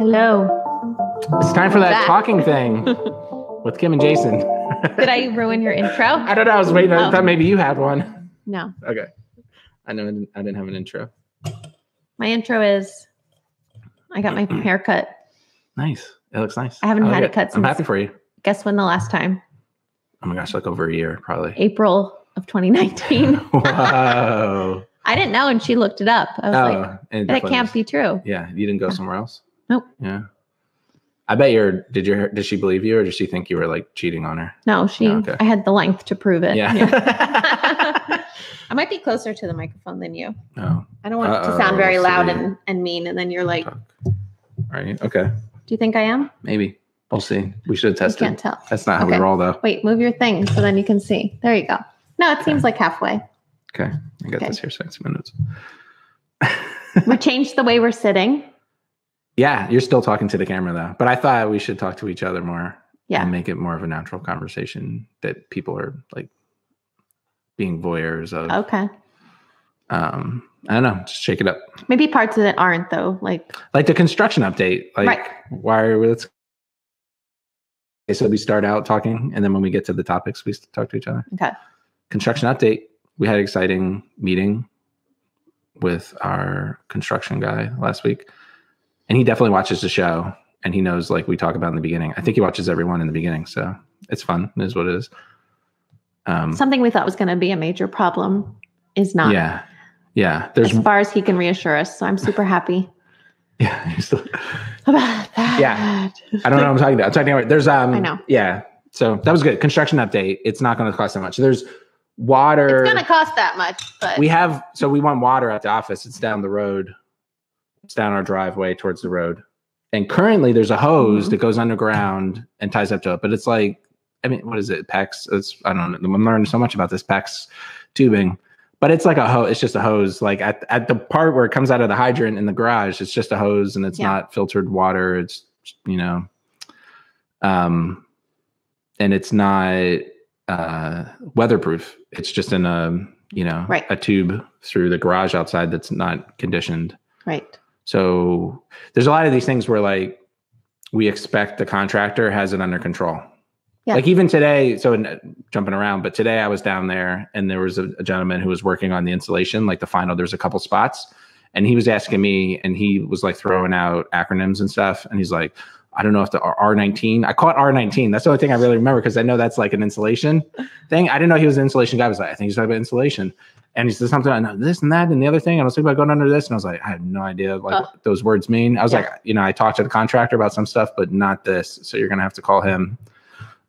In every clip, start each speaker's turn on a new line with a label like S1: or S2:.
S1: No.
S2: It's time for that
S1: Back.
S2: talking thing with Kim and Jason.
S1: Did I ruin your intro?
S2: I don't know. I was waiting. I
S1: Oh.
S2: thought maybe you had one.
S1: No.
S2: Okay. I know I didn't, I didn't have an intro.
S1: My intro is I got my hair cut.
S2: Nice. It looks nice.
S1: I haven't
S2: like
S1: had it cut
S2: I'm
S1: since-
S2: happy for you.
S1: Guess when the last time?
S2: Oh my gosh, like over a year probably.
S1: April of 2019.
S2: Whoa.
S1: I didn't know and she looked it up.
S2: Oh,
S1: I was like,
S2: and
S1: that can't be true.
S2: Yeah. You didn't go somewhere else?
S1: Nope.
S2: Yeah. I bet your did your did she believe you or did she think you were like cheating on her?
S1: No, she
S2: Yeah, Oh, okay.
S1: I had the length to prove it.
S2: Yeah.
S1: I might be closer to the microphone than you.
S2: oh.
S1: I don't want it to sound
S2: Uh-oh,
S1: very loud
S2: sweet.
S1: and, and mean. And then you're like,
S2: All right. Okay.
S1: do you think I am?
S2: Maybe. We'll see. We should have
S1: I
S2: tested.
S1: can't tell.
S2: That's not how
S1: Okay.
S2: we roll though.
S1: Wait, move your thing so then you can see. There you go. No, it seems like halfway.
S2: I got
S1: Okay.
S2: this here six minutes.
S1: we changed the way we're sitting.
S2: Yeah, you're still talking to the camera though. But I thought we should talk to each other more.
S1: Yeah.
S2: And make it more of a natural conversation that people are like being voyeurs of.
S1: Okay. Oh.
S2: Um, I don't know. Just shake it up.
S1: Maybe parts of it aren't though. Like
S2: Like the construction update. Like
S1: Right.
S2: why are we let's okay, so we start out talking and then when we get to the topics, we s- talk to each other.
S1: okay.
S2: Construction update. We had an exciting meeting with our construction guy last week. And he definitely watches the show and he knows like we talk about in the beginning. I think he watches everyone in the beginning, so it's fun, it is what it is. Um
S1: Something we thought was gonna be a major problem is not.
S2: yeah. Yeah. There's
S1: as far as he can reassure us. So I'm super happy
S2: yeah.
S1: about that.
S2: Yeah. I don't know what I'm talking about. I'm talking about there's um
S1: I know.
S2: Yeah. So that was good. Construction update. It's not gonna cost that much. There's water.
S1: It's gonna cost that much, but
S2: we have so we want water at the office. It's down the road. It's down our driveway towards the road. And currently there's a hose
S1: Mhm.
S2: that goes underground and ties up to it. But it's like, I mean, what is it? PEX. It's I don't know. I'm learning so much about this PEX tubing. But it's like a hose. It's just a hose. Like at, at the part where it comes out of the hydrant in the garage, it's just a hose and it's
S1: Yeah.
S2: not filtered water. It's you know, um, and it's not uh weatherproof. It's just in a you know
S1: Right.
S2: a tube through the garage outside that's not conditioned.
S1: right.
S2: So there's a lot of these things where like we expect the contractor has it under control.
S1: Yeah.
S2: Like even today, so n- jumping around, but today I was down there and there was a, a gentleman who was working on the insulation, like the final. There's a couple spots, and he was asking me, and he was like throwing out acronyms and stuff, and he's like, I don't know if the R- R19. I caught R19. That's the only thing I really remember because I know that's like an insulation thing. I didn't know he was an insulation guy. I was like, I think he's talking about insulation. And he said something about this and that and the other thing. And I was thinking about going under this. And I was like, I have no idea like
S1: Uh.
S2: what those words mean. I was
S1: Yeah.
S2: like, you know, I talked to the contractor about some stuff, but not this. So you're gonna have to call him.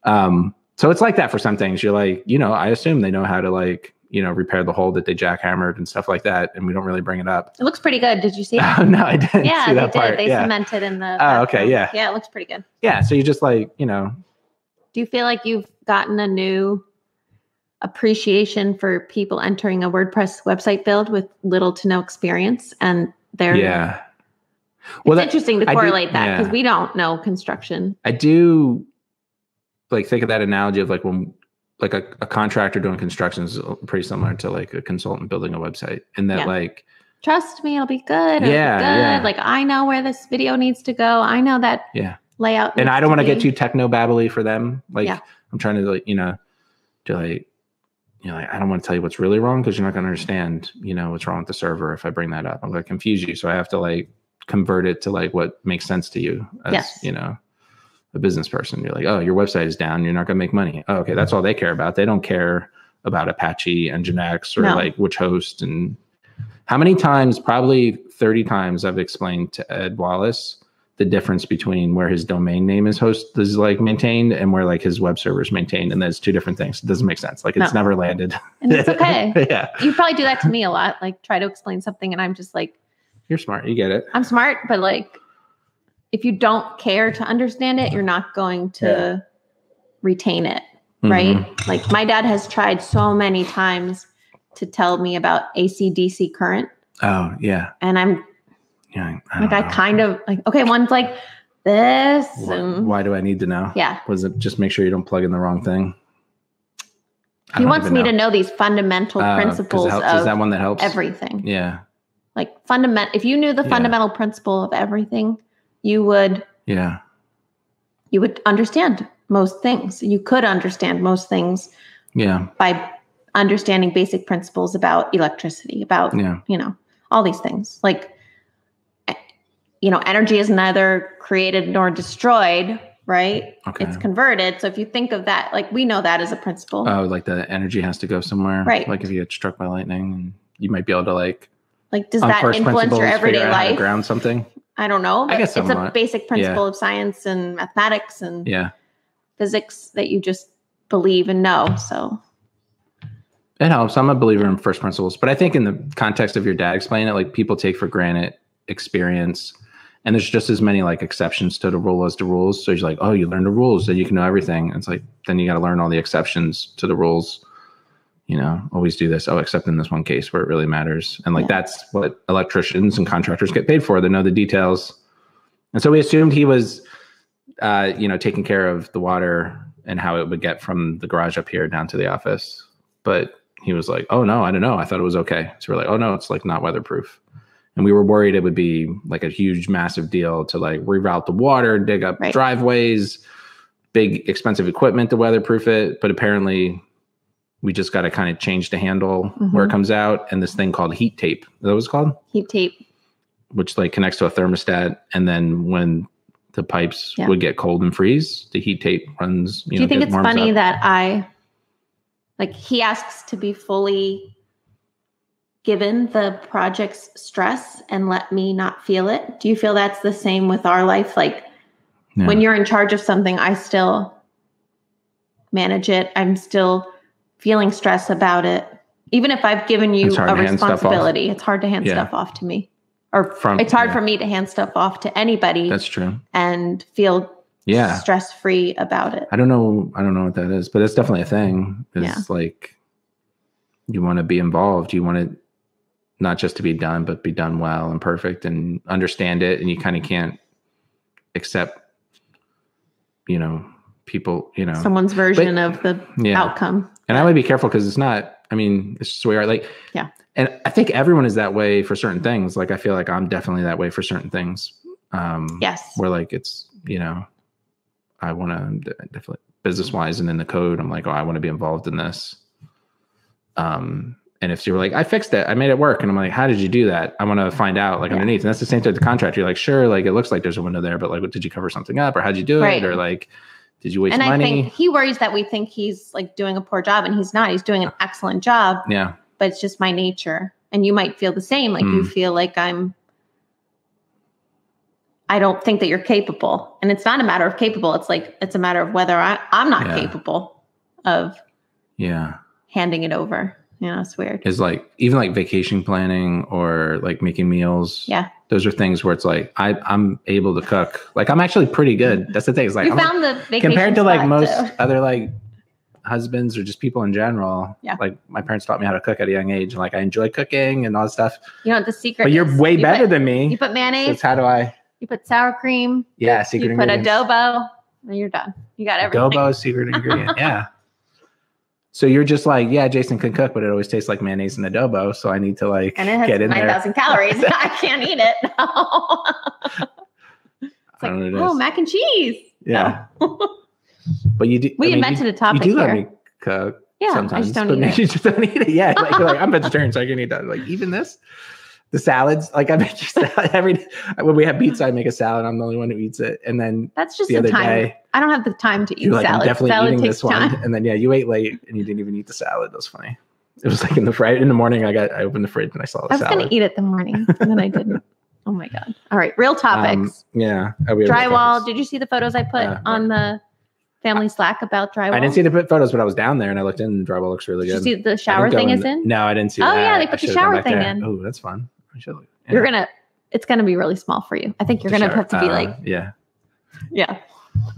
S2: Um, so it's like that for some things. You're like, you know, I assume they know how to like, you know, repair the hole that they jackhammered and stuff like that. And we don't really bring it up.
S1: It looks pretty good. Did you see it?
S2: Oh, no, I didn't
S1: yeah,
S2: see
S1: they
S2: that
S1: did.
S2: part.
S1: They
S2: yeah.
S1: cemented in the
S2: Oh, okay, yeah.
S1: Yeah, it looks pretty good.
S2: yeah. So you just like, you know,
S1: Do you feel like you've gotten a new appreciation for people entering a WordPress website build with little to no experience? And they're
S2: yeah.
S1: it's
S2: that-
S1: interesting to
S2: I do-
S1: correlate that because
S2: yeah.
S1: we don't know construction.
S2: I do like think of that analogy of like when like a, a contractor doing construction is pretty similar to like a consultant building a website and that
S1: Yeah.
S2: like
S1: Trust me, it'll be good. It'll
S2: Yeah,
S1: be
S2: yeah.
S1: good. Like I know where this video needs to go. I know that
S2: Yeah.
S1: layout.
S2: and
S1: needs
S2: I don't want to get
S1: be-
S2: too techno babbly for them. Like
S1: Yeah.
S2: I'm trying to like, you know, to like you know, like I don't want to tell you what's really wrong because you're not gonna understand, you know, what's wrong with the server if I bring that up. I'm gonna confuse you. So I have to like convert it to like what makes sense to you as
S1: Yes.
S2: you know a business person. You're like, oh, your website is down, you're not gonna make money. Oh, okay, that's all they care about. They don't care about Apache and Nginx or
S1: No.
S2: like which host and how many times, probably 30 times, I've explained to Ed Wallace the difference between where his domain name is host is like maintained and where like his web server is maintained. And that's two different things. It doesn't make sense. Like it's
S1: No.
S2: never landed.
S1: And it's okay.
S2: yeah.
S1: you probably do that to me a lot. Like try to explain something, and I'm just like,
S2: You're smart. You get it.
S1: I'm smart, but like, if you don't care to understand it, you're not going to retain it, right?
S2: Mhm.
S1: Like my dad has tried so many times to tell me about ACDC current,
S2: Oh, yeah.
S1: and I'm
S2: Yeah.
S1: like, I kind of like, okay, one's like this,
S2: why,
S1: and
S2: why do I need to know?
S1: yeah.
S2: Was it just make sure you don't plug in the wrong thing? I
S1: He
S2: don't
S1: wants
S2: even
S1: me to know these fundamental
S2: Oh, 'cause it
S1: principles
S2: helps.
S1: of
S2: is that one that helps?
S1: everything.
S2: Yeah.
S1: Like fundament. If you knew the
S2: Yeah.
S1: fundamental principle of everything, you would
S2: Yeah.
S1: you would understand most things. You could understand most things
S2: Yeah.
S1: by understanding basic principles about electricity, about
S2: Yeah.
S1: you know all these things like eh, you know energy is neither created nor destroyed right
S2: Okay.
S1: it's converted so if you think of that like we know that as a principle
S2: Oh, like the energy has to go somewhere.
S1: Right.
S2: Like if you get struck by lightning, and you might be able to like
S1: like does that influence your everyday
S2: figure out how to
S1: life
S2: ground something.
S1: i don't know
S2: I
S1: but
S2: guess
S1: it's a
S2: somewhat.
S1: basic principle of science and mathematics and
S2: Yeah.
S1: physics that you just believe and know so
S2: It helps. I'm a believer in first principles, but I think in the context of your dad explaining it, like people take for granted experience, and there's just as many like exceptions to the rule as the rules. So he's like, oh, you learn the rules, then you can know everything. And it's like then you got to learn all the exceptions to the rules. You know, always do this. Oh, except in this one case where it really matters. And like
S1: Yeah.
S2: that's what electricians and contractors get paid for. They know the details. And so we assumed he was, uh, you know, taking care of the water and how it would get from the garage up here down to the office. But he was like, "Oh no, I don't know. I thought it was okay." So we're like, "Oh no, it's like not weatherproof." And we were worried it would be like a huge, massive deal to like reroute the water, dig up
S1: Right.
S2: driveways, big, expensive equipment to weatherproof it. But apparently, we just got to kind of change the handle where it comes out, and this thing called heat tape. Is that was called,
S1: heat tape
S2: which like connects to a thermostat, and then when the pipes
S1: Yeah.
S2: would get cold and freeze, the heat tape runs. You
S1: do
S2: know,
S1: you think
S2: get-
S1: it's
S2: warms
S1: funny
S2: up.
S1: that i like he asks to be fully given the project's stress and let me not feel it do you feel that's the same with our life like
S2: Yeah.
S1: when you're in charge of something i still manage it i'm still feeling stress about it even if i've given you
S2: It's hard
S1: a
S2: to hand stuff off.
S1: responsibility it's hard to hand
S2: Yeah.
S1: stuff off to me or
S2: From-
S1: it's hard
S2: yeah.
S1: for me to hand stuff off to anybody
S2: that's true.
S1: and feel
S2: Yeah,
S1: stress free about it
S2: I don't know. I don't know what that is, but it's definitely a thing. It's
S1: Yeah.
S2: like you want to be involved. You want it not just to be done, but be done well and perfect and understand it. And you kind of can't accept, you know, people, you know.
S1: someone's version of the
S2: yeah. Mm-hmm.
S1: outcome
S2: And I would be careful because it's not, I mean, it's just where we are. Like,
S1: Yeah. Mm-hmm.
S2: And I think everyone is that way for certain things. Like, I feel like I'm definitely that way for certain things. Um,
S1: yes
S2: where like it's you know i want to definitely business
S1: Mm-hmm.
S2: wise and in the code i'm like oh i want to be involved in this um and if you were like i fixed it i made it work and i'm like how did you do that i want to find out like
S1: Yeah.
S2: underneath and that's the same thing with the contract you're like sure like it looks like there's a window there but like did you cover something up or how'd you do
S1: Right.
S2: it or like did you waste
S1: and i
S2: money
S1: think he worries that we think he's like doing a poor job and he's not he's doing an excellent job
S2: yeah
S1: but it's just my nature and you might feel the same like you
S2: Mm.
S1: feel like i'm i don't think that you're capable and it's not a matter of capable it's like it's a matter of whether I, i'm not
S2: Yeah.
S1: capable of
S2: yeah
S1: handing it over you know it's weird
S2: is like even like vacation planning or like making meals
S1: Yeah.
S2: those are things where it's like i i'm able to cook like i'm actually pretty good that's the thing it's like
S1: Mm-hmm. you
S2: I'm-
S1: found the vacation
S2: compared to like
S1: spot,
S2: most
S1: though.
S2: other like husbands or just people in general
S1: Yeah.
S2: like my parents taught me how to cook at a young age and like i enjoy cooking and all that stuff
S1: you know what the secret
S2: but you're
S1: is?
S2: way
S1: You
S2: better
S1: put-
S2: than me
S1: you
S2: so
S1: put
S2: it's
S1: mayonnaise
S2: how do i
S1: you put sour cream
S2: yeah secret
S1: you put
S2: ingredients.
S1: adobo and you're done you got everything
S2: adobo is secret ingredient yeah so you're just like yeah jason can cook but it always tastes like mayonnaise and adobo so i need to like
S1: and it has
S2: get in there
S1: 9000 calories i can't eat it It's
S2: I
S1: like,
S2: don't know what it
S1: oh,
S2: is.
S1: mac and cheese.
S2: Yeah. but you do.
S1: We
S2: I mean,
S1: invented
S2: you,
S1: a topic
S2: You do
S1: here.
S2: let me cook
S1: yeah, I
S2: sometimes,
S1: just don't
S2: but
S1: eat it.
S2: you just don't eat it. Yeah, like, you're like I'm vegetarian, so I can eat that. Like even this, the salads. Like I make you salad every when we have pizza. I make a salad. I'm the only one who eats it, and then
S1: That's just
S2: the
S1: the,
S2: other
S1: time.
S2: day
S1: I don't have the time to eat
S2: you're like,
S1: salad.
S2: I'm definitely
S1: salad
S2: eating
S1: takes
S2: this one,
S1: time.
S2: and then yeah, you ate late and you didn't even eat the salad. That was funny. It was like in the Friday in the morning. I got I opened the fridge and I saw
S1: I
S2: the
S1: was going
S2: salad.
S1: to eat it the morning, and then I didn't. Oh my god! All right, real
S2: Um,
S1: topics.
S2: yeah, Oh, we have other
S1: drywall.
S2: topics.
S1: Did you see the photos I put
S2: Uh,
S1: on the family Slack about drywall?
S2: I didn't see the photos, but I was down there and I looked in. and Drywall looks really
S1: Did
S2: good.
S1: you see the
S2: I
S1: shower
S2: didn't go
S1: thing is in?
S2: No, I didn't see.
S1: Oh,
S2: that.
S1: yeah, they
S2: I
S1: put the
S2: should've gone
S1: shower
S2: back
S1: thing
S2: there.
S1: in.
S2: Oh, that's fun. I should. yeah.
S1: You're gonna. It's gonna be really small for you. I think you're
S2: The
S1: gonna
S2: shower-
S1: have to be
S2: uh,
S1: like,
S2: yeah.
S1: yeah,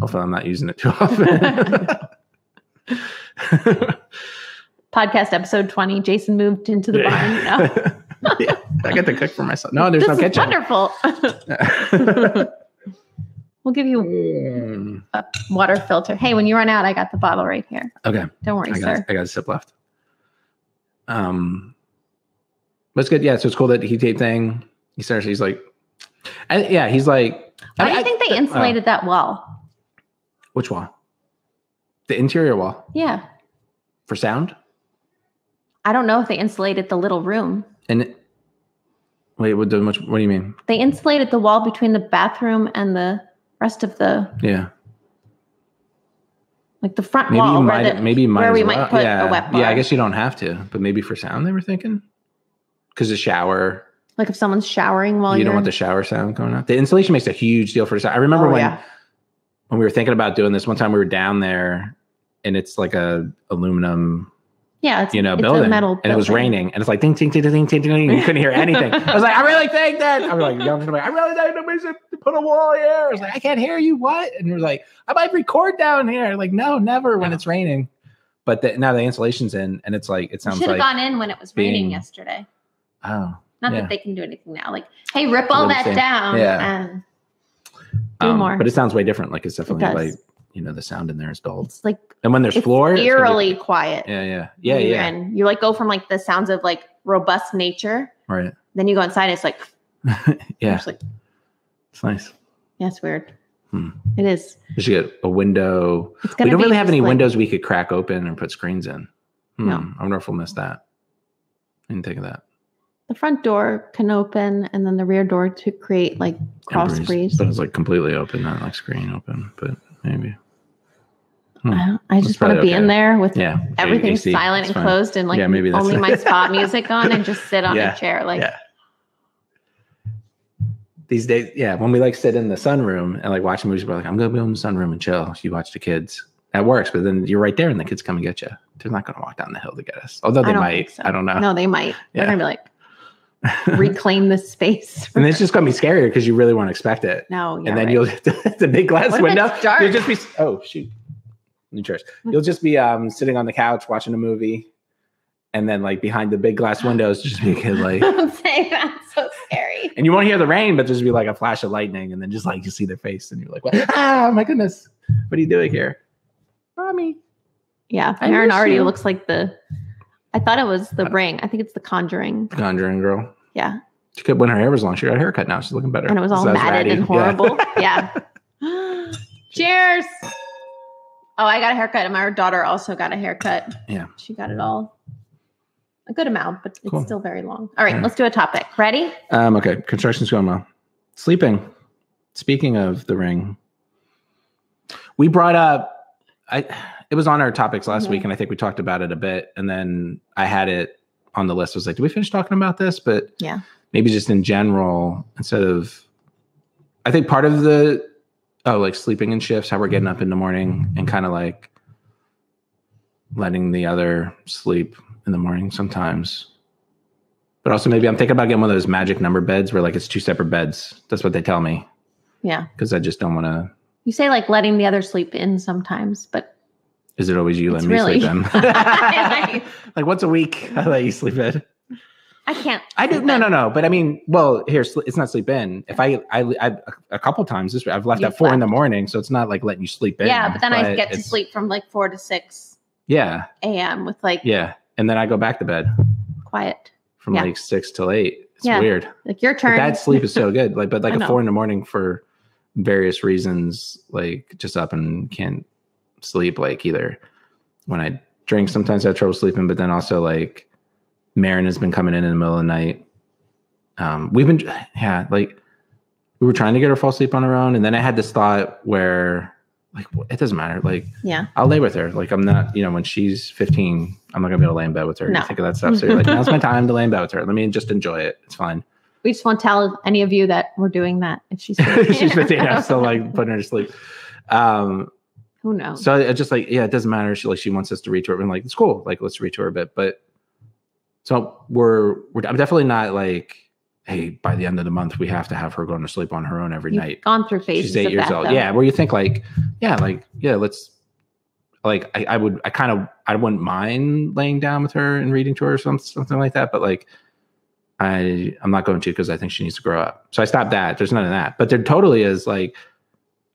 S2: Hopefully, I'm not using it too often.
S1: podcast episode twenty. Jason moved into the barn. No.
S2: yeah, I get to cook for myself. No, there's
S1: this
S2: no
S1: is
S2: kitchen.
S1: wonderful. we'll give you
S2: Mm.
S1: a water filter. Hey, when you run out, I got the bottle right here.
S2: okay,
S1: Don't worry,
S2: I got
S1: sir.
S2: I got a sip left. Um, that's good. Yeah, so it's cool that he tape thing. He starts. He's like, And, yeah, he's like,
S1: Why
S2: I- I-
S1: do
S2: oh,
S1: you think they insulated that wall?
S2: which wall? The interior wall
S1: Yeah.
S2: for sound?
S1: I don't know if they insulated the little room.
S2: And wait, what, do- what do you mean?
S1: They insulated the wall between the bathroom and the rest of the
S2: Yeah.
S1: like the front
S2: Maybe
S1: wall
S2: you
S1: where,
S2: might,
S1: the-
S2: maybe you might
S1: where
S2: as
S1: we
S2: well.
S1: might put
S2: yeah.
S1: a wet bar.
S2: yeah, I guess you don't have to, but maybe for sound they were thinking because the shower,
S1: like if someone's showering while
S2: you
S1: you
S2: don't
S1: are
S2: want the shower sound going on. The insulation makes a huge deal for the sound. I remember
S1: Oh,
S2: when
S1: yeah.
S2: when we were thinking about doing this one time, we were down there and it's like a aluminum,
S1: yeah, it's,
S2: you know,
S1: it's
S2: building,
S1: a metal
S2: and it was
S1: building.
S2: raining, and it's like ding ding ding ding ding ding. ding. You couldn't hear anything. I was like, I really think that. I was like, yelling to somebody, I really think nobody's to put a wall here. I was like, I can't hear you. What? And we were like, I might record down here. Like, no, never when it's raining. But the, now the insulation's in, and it's like it
S1: We
S2: sounds
S1: should have
S2: like
S1: gone in when it was raining
S2: being-
S1: yesterday.
S2: oh
S1: Not
S2: yeah.
S1: that they can do anything now. Like, hey, rip all
S2: What I'm
S1: that
S2: saying.
S1: down.
S2: Yeah.
S1: And Do
S2: Um,
S1: more.
S2: But it sounds way different. Like it's definitely
S1: does.
S2: like you know the sound in there is dulled.
S1: it's like
S2: And when there's
S1: it's
S2: floor, it's gonna be-
S1: eerily quiet.
S2: yeah, yeah, yeah,
S1: when you're
S2: yeah.
S1: in. you like go from like the sounds of like robust nature,
S2: Right.
S1: then you go inside. And it's like
S2: Yeah,
S1: it's like
S2: it's nice.
S1: yeah, it's weird.
S2: Hmm.
S1: It is.
S2: We should get a window.
S1: It's gonna.
S2: We don't
S1: be
S2: really have any
S1: just, like-
S2: windows we could crack open and put screens in. Hmm.
S1: No.
S2: I wonder if we'll miss that. I didn't think of that.
S1: The front door can open, and then the rear door to create like cross
S2: And
S1: breeze.
S2: But it's like completely open, not like screen open, but maybe. hmm,
S1: I, don't- I just want to
S2: probably
S1: be
S2: okay.
S1: in there with
S2: Yeah.
S1: everything's
S2: AC,
S1: silent
S2: it's
S1: and
S2: fine.
S1: closed, and like
S2: Yeah, maybe that's-
S1: only my spa music on, and just sit on
S2: Yeah,
S1: a chair. Like
S2: yeah. These days, yeah, when we like sit in the sunroom and like watch movies, we're like, I'm going to go in the sunroom and chill. You watch the kids. That works, but then you're right there and the kids come and get you. They're not going to walk down the hill to get us. Although Oh, they
S1: I don't
S2: might.
S1: think so.
S2: I don't know.
S1: no, they might.
S2: Yeah.
S1: They're gonna be like reclaim this space.
S2: and it's just going to be scarier because you really won't expect it.
S1: no, yeah,
S2: and then
S1: right.
S2: you'll the big glass
S1: What if
S2: window.
S1: it's dark? Hmm.
S2: You'll just be oh shoot, new chairs. You'll just be um sitting on the couch watching a movie, and then like behind the big glass windows, just be a kid like,
S1: Don't say that's so scary.
S2: and you won't hear the rain, but just be like a flash of lightning, and then just like you see their face, and you're like, what? ah, my goodness, what are you doing here, mommy?
S1: Yeah,
S2: I
S1: Aaron
S2: miss
S1: already
S2: you.
S1: looks like the. I thought it was
S2: Uh,
S1: the ring. I think it's the Conjuring.
S2: Conjuring girl.
S1: Yeah,
S2: She could when her hair was long. She got a haircut now. She's looking better.
S1: and it was all
S2: Sounds
S1: matted
S2: ratty.
S1: and
S2: Yeah.
S1: horrible. Yeah. Cheers. Oh, I got a haircut, and my daughter also got a haircut.
S2: Yeah.
S1: she got it all. A good amount, but
S2: Cool.
S1: it's still very long. All right,
S2: Yeah.
S1: let's do a topic. Ready?
S2: Um, okay, construction's going well. Sleeping. Speaking of the ring, we brought up I it was on our topics last
S1: Yeah.
S2: week, and I think we talked about it a bit, and then I had it on the list. I was like, did we finish talking about this? But
S1: Yeah.
S2: maybe just in general, instead of I think part of the oh, like sleeping in shifts, how we're getting up in the morning and kind of like letting the other sleep in the morning sometimes. But also maybe I'm thinking about getting one of those magic number beds where like it's two separate beds. That's what they tell me.
S1: Yeah.
S2: Because I just don't want to.
S1: You say like letting the other sleep in sometimes, but
S2: Is it always you
S1: It's
S2: letting me sleep
S1: really-
S2: in?
S1: I,
S2: like once a week, I let you sleep in.
S1: can't.
S2: I do
S1: sleep
S2: no
S1: in.
S2: no no, but I mean, well, here sl- it's not sleep in. If I I, I a couple times this week, I've left
S1: You've
S2: at four in the morning, so it's not like letting you sleep in.
S1: Yeah, but then I get to
S2: it's-
S1: sleep from like four to six
S2: Yeah,
S1: a.m. with like
S2: yeah, and then I go back to bed
S1: quiet.
S2: from
S1: Yeah.
S2: like six till eight. It's
S1: Yeah.
S2: weird.
S1: Like your
S2: But
S1: turn.
S2: that sleep is so good. Like, but
S1: I
S2: like a
S1: know.
S2: four in the morning for various reasons, like just up and can't sleep. Like either when I drink, sometimes I have trouble sleeping, but then also like Marin has been coming in in the middle of the night. Um, we've been, yeah, like we were trying to get her to fall asleep on her own. And then I had this thought where like, it doesn't matter. Like
S1: yeah.
S2: I'll lay with her. Like I'm not, you know, when she's 15, I'm not gonna be able to lay in bed with her.
S1: No.
S2: You think of that stuff. So you're like, now's my time to lay in bed with her. Let me just enjoy it. It's fine.
S1: We just won't tell any of you that we're doing that if she's
S2: she's 15 i'm still like putting her to sleep um
S1: Who knows?
S2: so i just like yeah it doesn't matter she like she wants us to retour and like it's cool like let's retour a bit but so we're we're i'm definitely not like hey by the end of the month we have to have her going to sleep on her own every
S1: You've
S2: night
S1: gone through phases.
S2: she's eight
S1: of
S2: years
S1: that,
S2: old
S1: though.
S2: yeah where you think like yeah like yeah let's like I, I would i kind of i wouldn't mind laying down with her and reading to her or something, something like that but like i i'm not going to because i think she needs to grow up so i stopped that there's none of that but there totally is like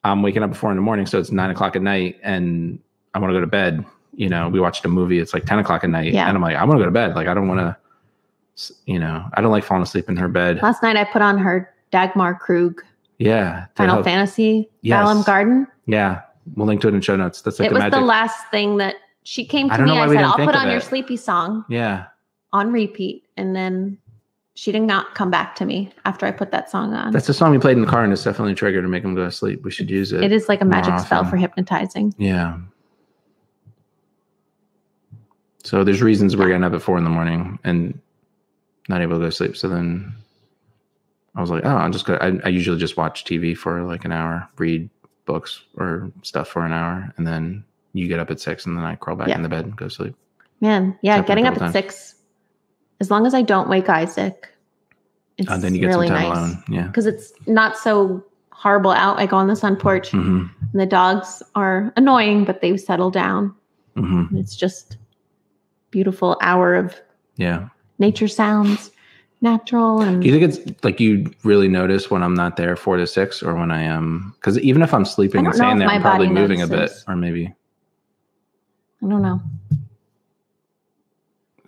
S2: i'm waking up at four in the morning so it's nine o'clock at night and i want to go to bed you know we watched a movie it's like 10 o'clock at night
S1: Yeah.
S2: and i'm like i want to go to bed like i don't want to you know i don't like falling asleep in her bed
S1: Last night I put on her Dagmar Krug,
S2: Yeah. to
S1: Final
S2: help-
S1: Fantasy,
S2: Yes.
S1: Balam Garden.
S2: Yeah. We'll link to it in show notes. That's like
S1: it
S2: the
S1: was
S2: magic.
S1: the last thing that she came
S2: I
S1: to
S2: don't
S1: me.
S2: know why
S1: I
S2: we
S1: said,
S2: didn't
S1: I'll
S2: think
S1: put
S2: of
S1: on your
S2: it.
S1: sleepy song
S2: yeah.
S1: on repeat. And then she did not come back to me after I put that song on.
S2: That's the song we played in the car, and it's definitely a trigger to make him go to sleep. We should use it.
S1: it is like a
S2: more
S1: magic spell
S2: often.
S1: for hypnotizing.
S2: Yeah. So there's reasons we're getting up at four in the morning and not able to go to sleep. So then I was like, oh, I'm just gonna. I, I usually just watch TV for like an hour, read books or stuff for an hour, and then you get up at six, and then I crawl back
S1: Yeah.
S2: in the bed and go to sleep.
S1: Man, yeah,
S2: It's happened
S1: getting
S2: a
S1: up at
S2: couple
S1: six, as long as I don't wake Isaac, it's
S2: And Oh, then you get
S1: really
S2: some time
S1: nice.
S2: alone. Yeah.
S1: Because it's not so horrible out. I go on the sun porch
S2: hmm
S1: and the dogs are annoying, but they've settled down.
S2: hmm
S1: And it's just beautiful hour of
S2: Yeah.
S1: nature sounds, natural and
S2: Do you think it's like you really notice when I'm not there four to six, or when I am? Because even if I'm
S1: I
S2: sleeping
S1: don't
S2: and
S1: know if
S2: staying there,
S1: my
S2: I'm probably
S1: body
S2: moving a bit,
S1: notices.
S2: or maybe.
S1: I don't know.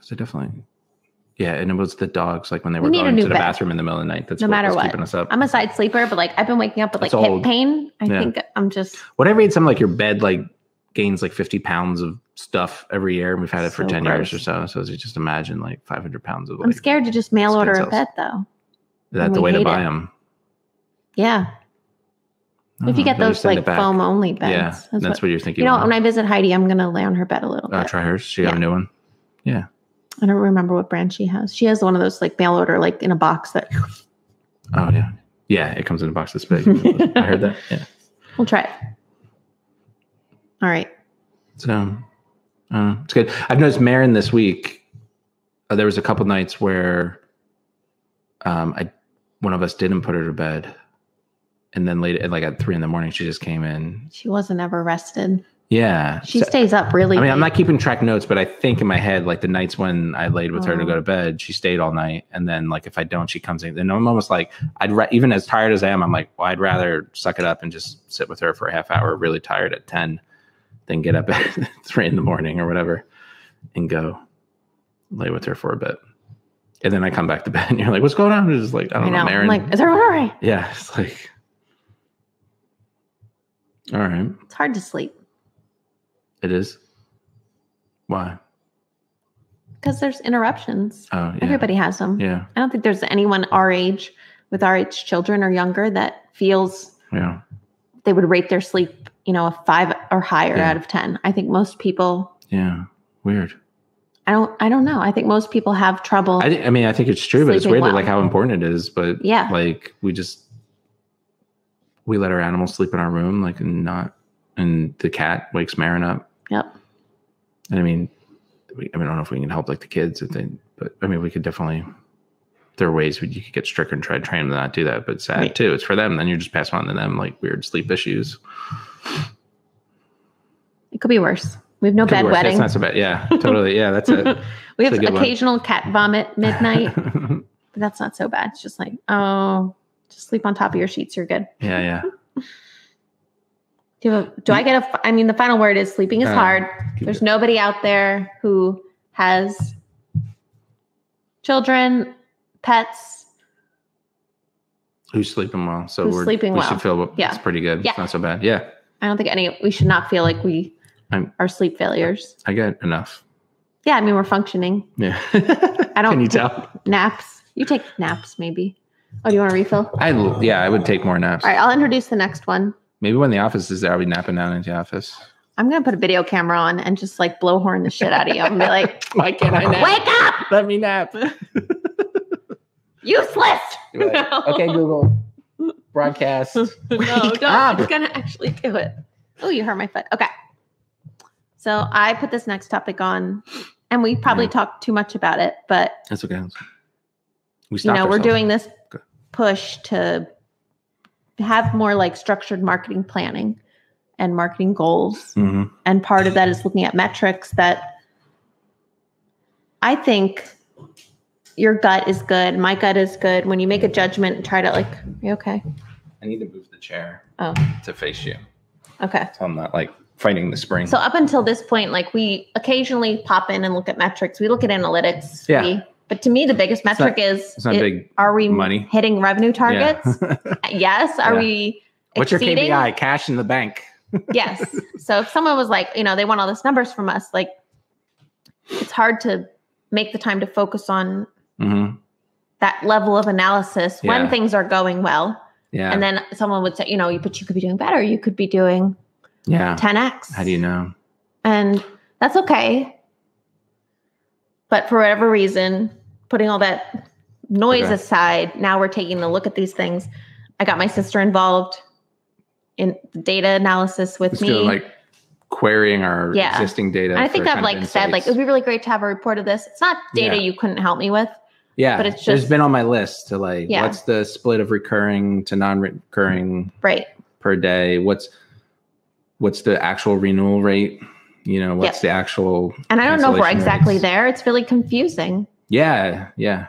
S2: So definitely. Yeah, and it was the dogs like when they
S1: We
S2: were
S1: need a
S2: going
S1: new
S2: to the
S1: bed.
S2: bathroom in the middle of the night. That's
S1: No
S2: what
S1: matter
S2: was
S1: what.
S2: keeping us up.
S1: I'm a side sleeper, but like I've been waking up with like
S2: That's
S1: hip
S2: old.
S1: pain. I
S2: Yeah.
S1: think I'm just
S2: what I read, something like your bed like gains like 50 pounds of stuff every year, and we've had it for
S1: So
S2: 10 years or
S1: gross.
S2: so. So you just imagine like 500 pounds of
S1: I'm
S2: like,
S1: scared to just mail
S2: skin
S1: order a
S2: cells.
S1: bed though.
S2: that
S1: and
S2: the
S1: we
S2: way to
S1: hate
S2: buy
S1: it.
S2: them. Oh,
S1: Yeah.
S2: Uh-huh.
S1: if you get those like foam only beds.
S2: yeah,
S1: that's
S2: that's what,
S1: what,
S2: you're thinking.
S1: you know, when I visit Heidi, I'm gonna lay on her bed a little
S2: uh,
S1: bit.
S2: try hers. She got
S1: Yeah.
S2: a new one.
S1: I don't remember what brand she has. She has one of those like mail order, like in a box that
S2: Oh yeah, yeah. It comes in a box this big. I heard that. Yeah.
S1: we'll try it. All right.
S2: So uh, it's good. I've noticed Marin this week. Uh, there was a couple nights where um, I one of us didn't put her to bed, and then late at like at three in the morning she just came in.
S1: She wasn't ever rested.
S2: Yeah,
S1: She
S2: So-
S1: stays up really
S2: I mean, I'm
S1: late.
S2: not keeping track notes, but I think in my head, like the nights when I laid with her to
S1: Oh.
S2: go to bed, she stayed all night, and then like if I don't, she comes in. Then I'm almost like I'd ra- even as tired as I am, I'm like, well, I'd rather suck it up and just sit with her for a half hour, really tired at ten, than get up at three in the morning or whatever, and go lay with her for a bit. And then I come back to bed, and you're like, "What's going on?" It's just like I don't know,
S1: I'm
S2: Marin.
S1: like, is everyone all right?
S2: yeah, it's like, all right,
S1: It's hard to sleep
S2: it is. Why?
S1: because there's interruptions.
S2: Oh, yeah.
S1: Everybody has them.
S2: Yeah,
S1: I don't think there's anyone our age with our age children or younger that feels
S2: yeah.
S1: they would rate their sleep, you know, a five or higher
S2: Yeah.
S1: out of 10. I think most people,
S2: Yeah. Weird.
S1: I don't, I don't know. I think most people have trouble.
S2: I, di- I mean, I think it's true, but it's
S1: Sleeping
S2: weird that,
S1: well.
S2: like how important it is. But
S1: yeah.
S2: like we just we let our animals sleep in our room, like and not, and the cat wakes Marin up.
S1: Yep.
S2: And I mean, we, I mean, I don't know if we can help like the kids if they, but I mean, we could definitely. There are ways we, you could get stricken, try to train them to not do that, but it's sad
S1: Right.
S2: too. It's for them. Then you're just passing on to them like weird sleep issues.
S1: It could be worse. We have no
S2: Could be worse. That's
S1: bedwetting.
S2: not so bad. Yeah, totally. Yeah, that's it. it's
S1: we have
S2: a good one.
S1: occasional cat vomit midnight, but that's not so bad. It's just like, oh, just sleep on top of your sheets. You're good.
S2: yeah, yeah.
S1: Do, you have a, do I get a, f- I mean, the final word is sleeping is
S2: Uh,
S1: hard.
S2: keep
S1: There's
S2: it-
S1: nobody out there who has children, pets.
S2: Who's sleeping well? So
S1: Who's
S2: we're
S1: sleeping
S2: we
S1: well.
S2: should feel
S1: Yeah.
S2: it's pretty good.
S1: Yeah.
S2: It's not so bad. Yeah.
S1: I don't think any, we should not feel like we
S2: I'm-
S1: are sleep failures.
S2: I get enough.
S1: Yeah, I mean, we're functioning.
S2: Yeah.
S1: I don't
S2: Can you
S1: take
S2: tell?
S1: naps. You take naps, maybe. Oh, do you want to refill? All
S2: I yeah, I would take more naps.
S1: right, I'll introduce the next one.
S2: Maybe when the office is there, I'll be napping down in the office.
S1: I'm gonna put a video camera on and just like blow horn the shit out of you and be like,
S2: Why can't I nap?
S1: "Wake up,
S2: Let me nap.
S1: useless!"
S2: You're like,
S1: No.
S2: Okay, Google. Broadcast.
S1: no, don't.
S2: up.
S1: It's gonna actually do it. Oh, you hurt my foot. Okay. So I put this next topic on, and we probably
S2: Yeah.
S1: talked too much about it, but
S2: That's okay. We
S1: you
S2: stopped.
S1: know we're
S2: ourselves.
S1: doing this
S2: Okay.
S1: push to have more like structured marketing planning and marketing goals
S2: Mhm.
S1: and part of that is looking at metrics that i think your gut is good my gut is good when you make a judgment and try to like you okay
S2: I need to move the chair
S1: oh
S2: to face you.
S1: okay
S2: So I'm not like fighting the spring.
S1: so up until this point like we occasionally pop in and look at metrics we look at analytics
S2: Yeah.
S1: we But to me, the biggest
S2: It's
S1: metric
S2: It's
S1: is
S2: not
S1: it-
S2: big
S1: are we
S2: money.
S1: hitting revenue
S2: Yeah.
S1: targets? yes. Are
S2: Yeah.
S1: we?
S2: What's your
S1: exceeding?
S2: KPI? Cash in the bank.
S1: yes. So if someone was like, you know, they want all this numbers from us, like it's hard to make the time to focus on
S2: hmm
S1: that level of analysis when
S2: Yeah.
S1: things are going well.
S2: Yeah.
S1: And then someone would say, you know, but you could be doing better. You could be doing
S2: yeah.
S1: 10x.
S2: How do you know?
S1: and that's okay. But for whatever reason, putting all that noise
S2: Okay.
S1: aside, now we're taking a look at these things. I got my sister involved in data analysis with
S2: It's
S1: me.
S2: doing like querying our
S1: Yeah.
S2: existing data.
S1: And I think
S2: for
S1: I've
S2: kind of
S1: like said, like, it
S2: insights.
S1: would be really great to have a report of this. It's not data
S2: Yeah.
S1: you couldn't help me with.
S2: yeah,
S1: but it's
S2: there's
S1: just-
S2: been on my list to like,
S1: Yeah.
S2: what's the split of recurring to non-recurring
S1: Right.
S2: per day? What's what's the actual renewal rate? You know, what's
S1: Yep.
S2: the actual?
S1: And I don't know if we're
S2: cancellation
S1: exactly
S2: rates?
S1: there. It's really confusing.
S2: Yeah, yeah,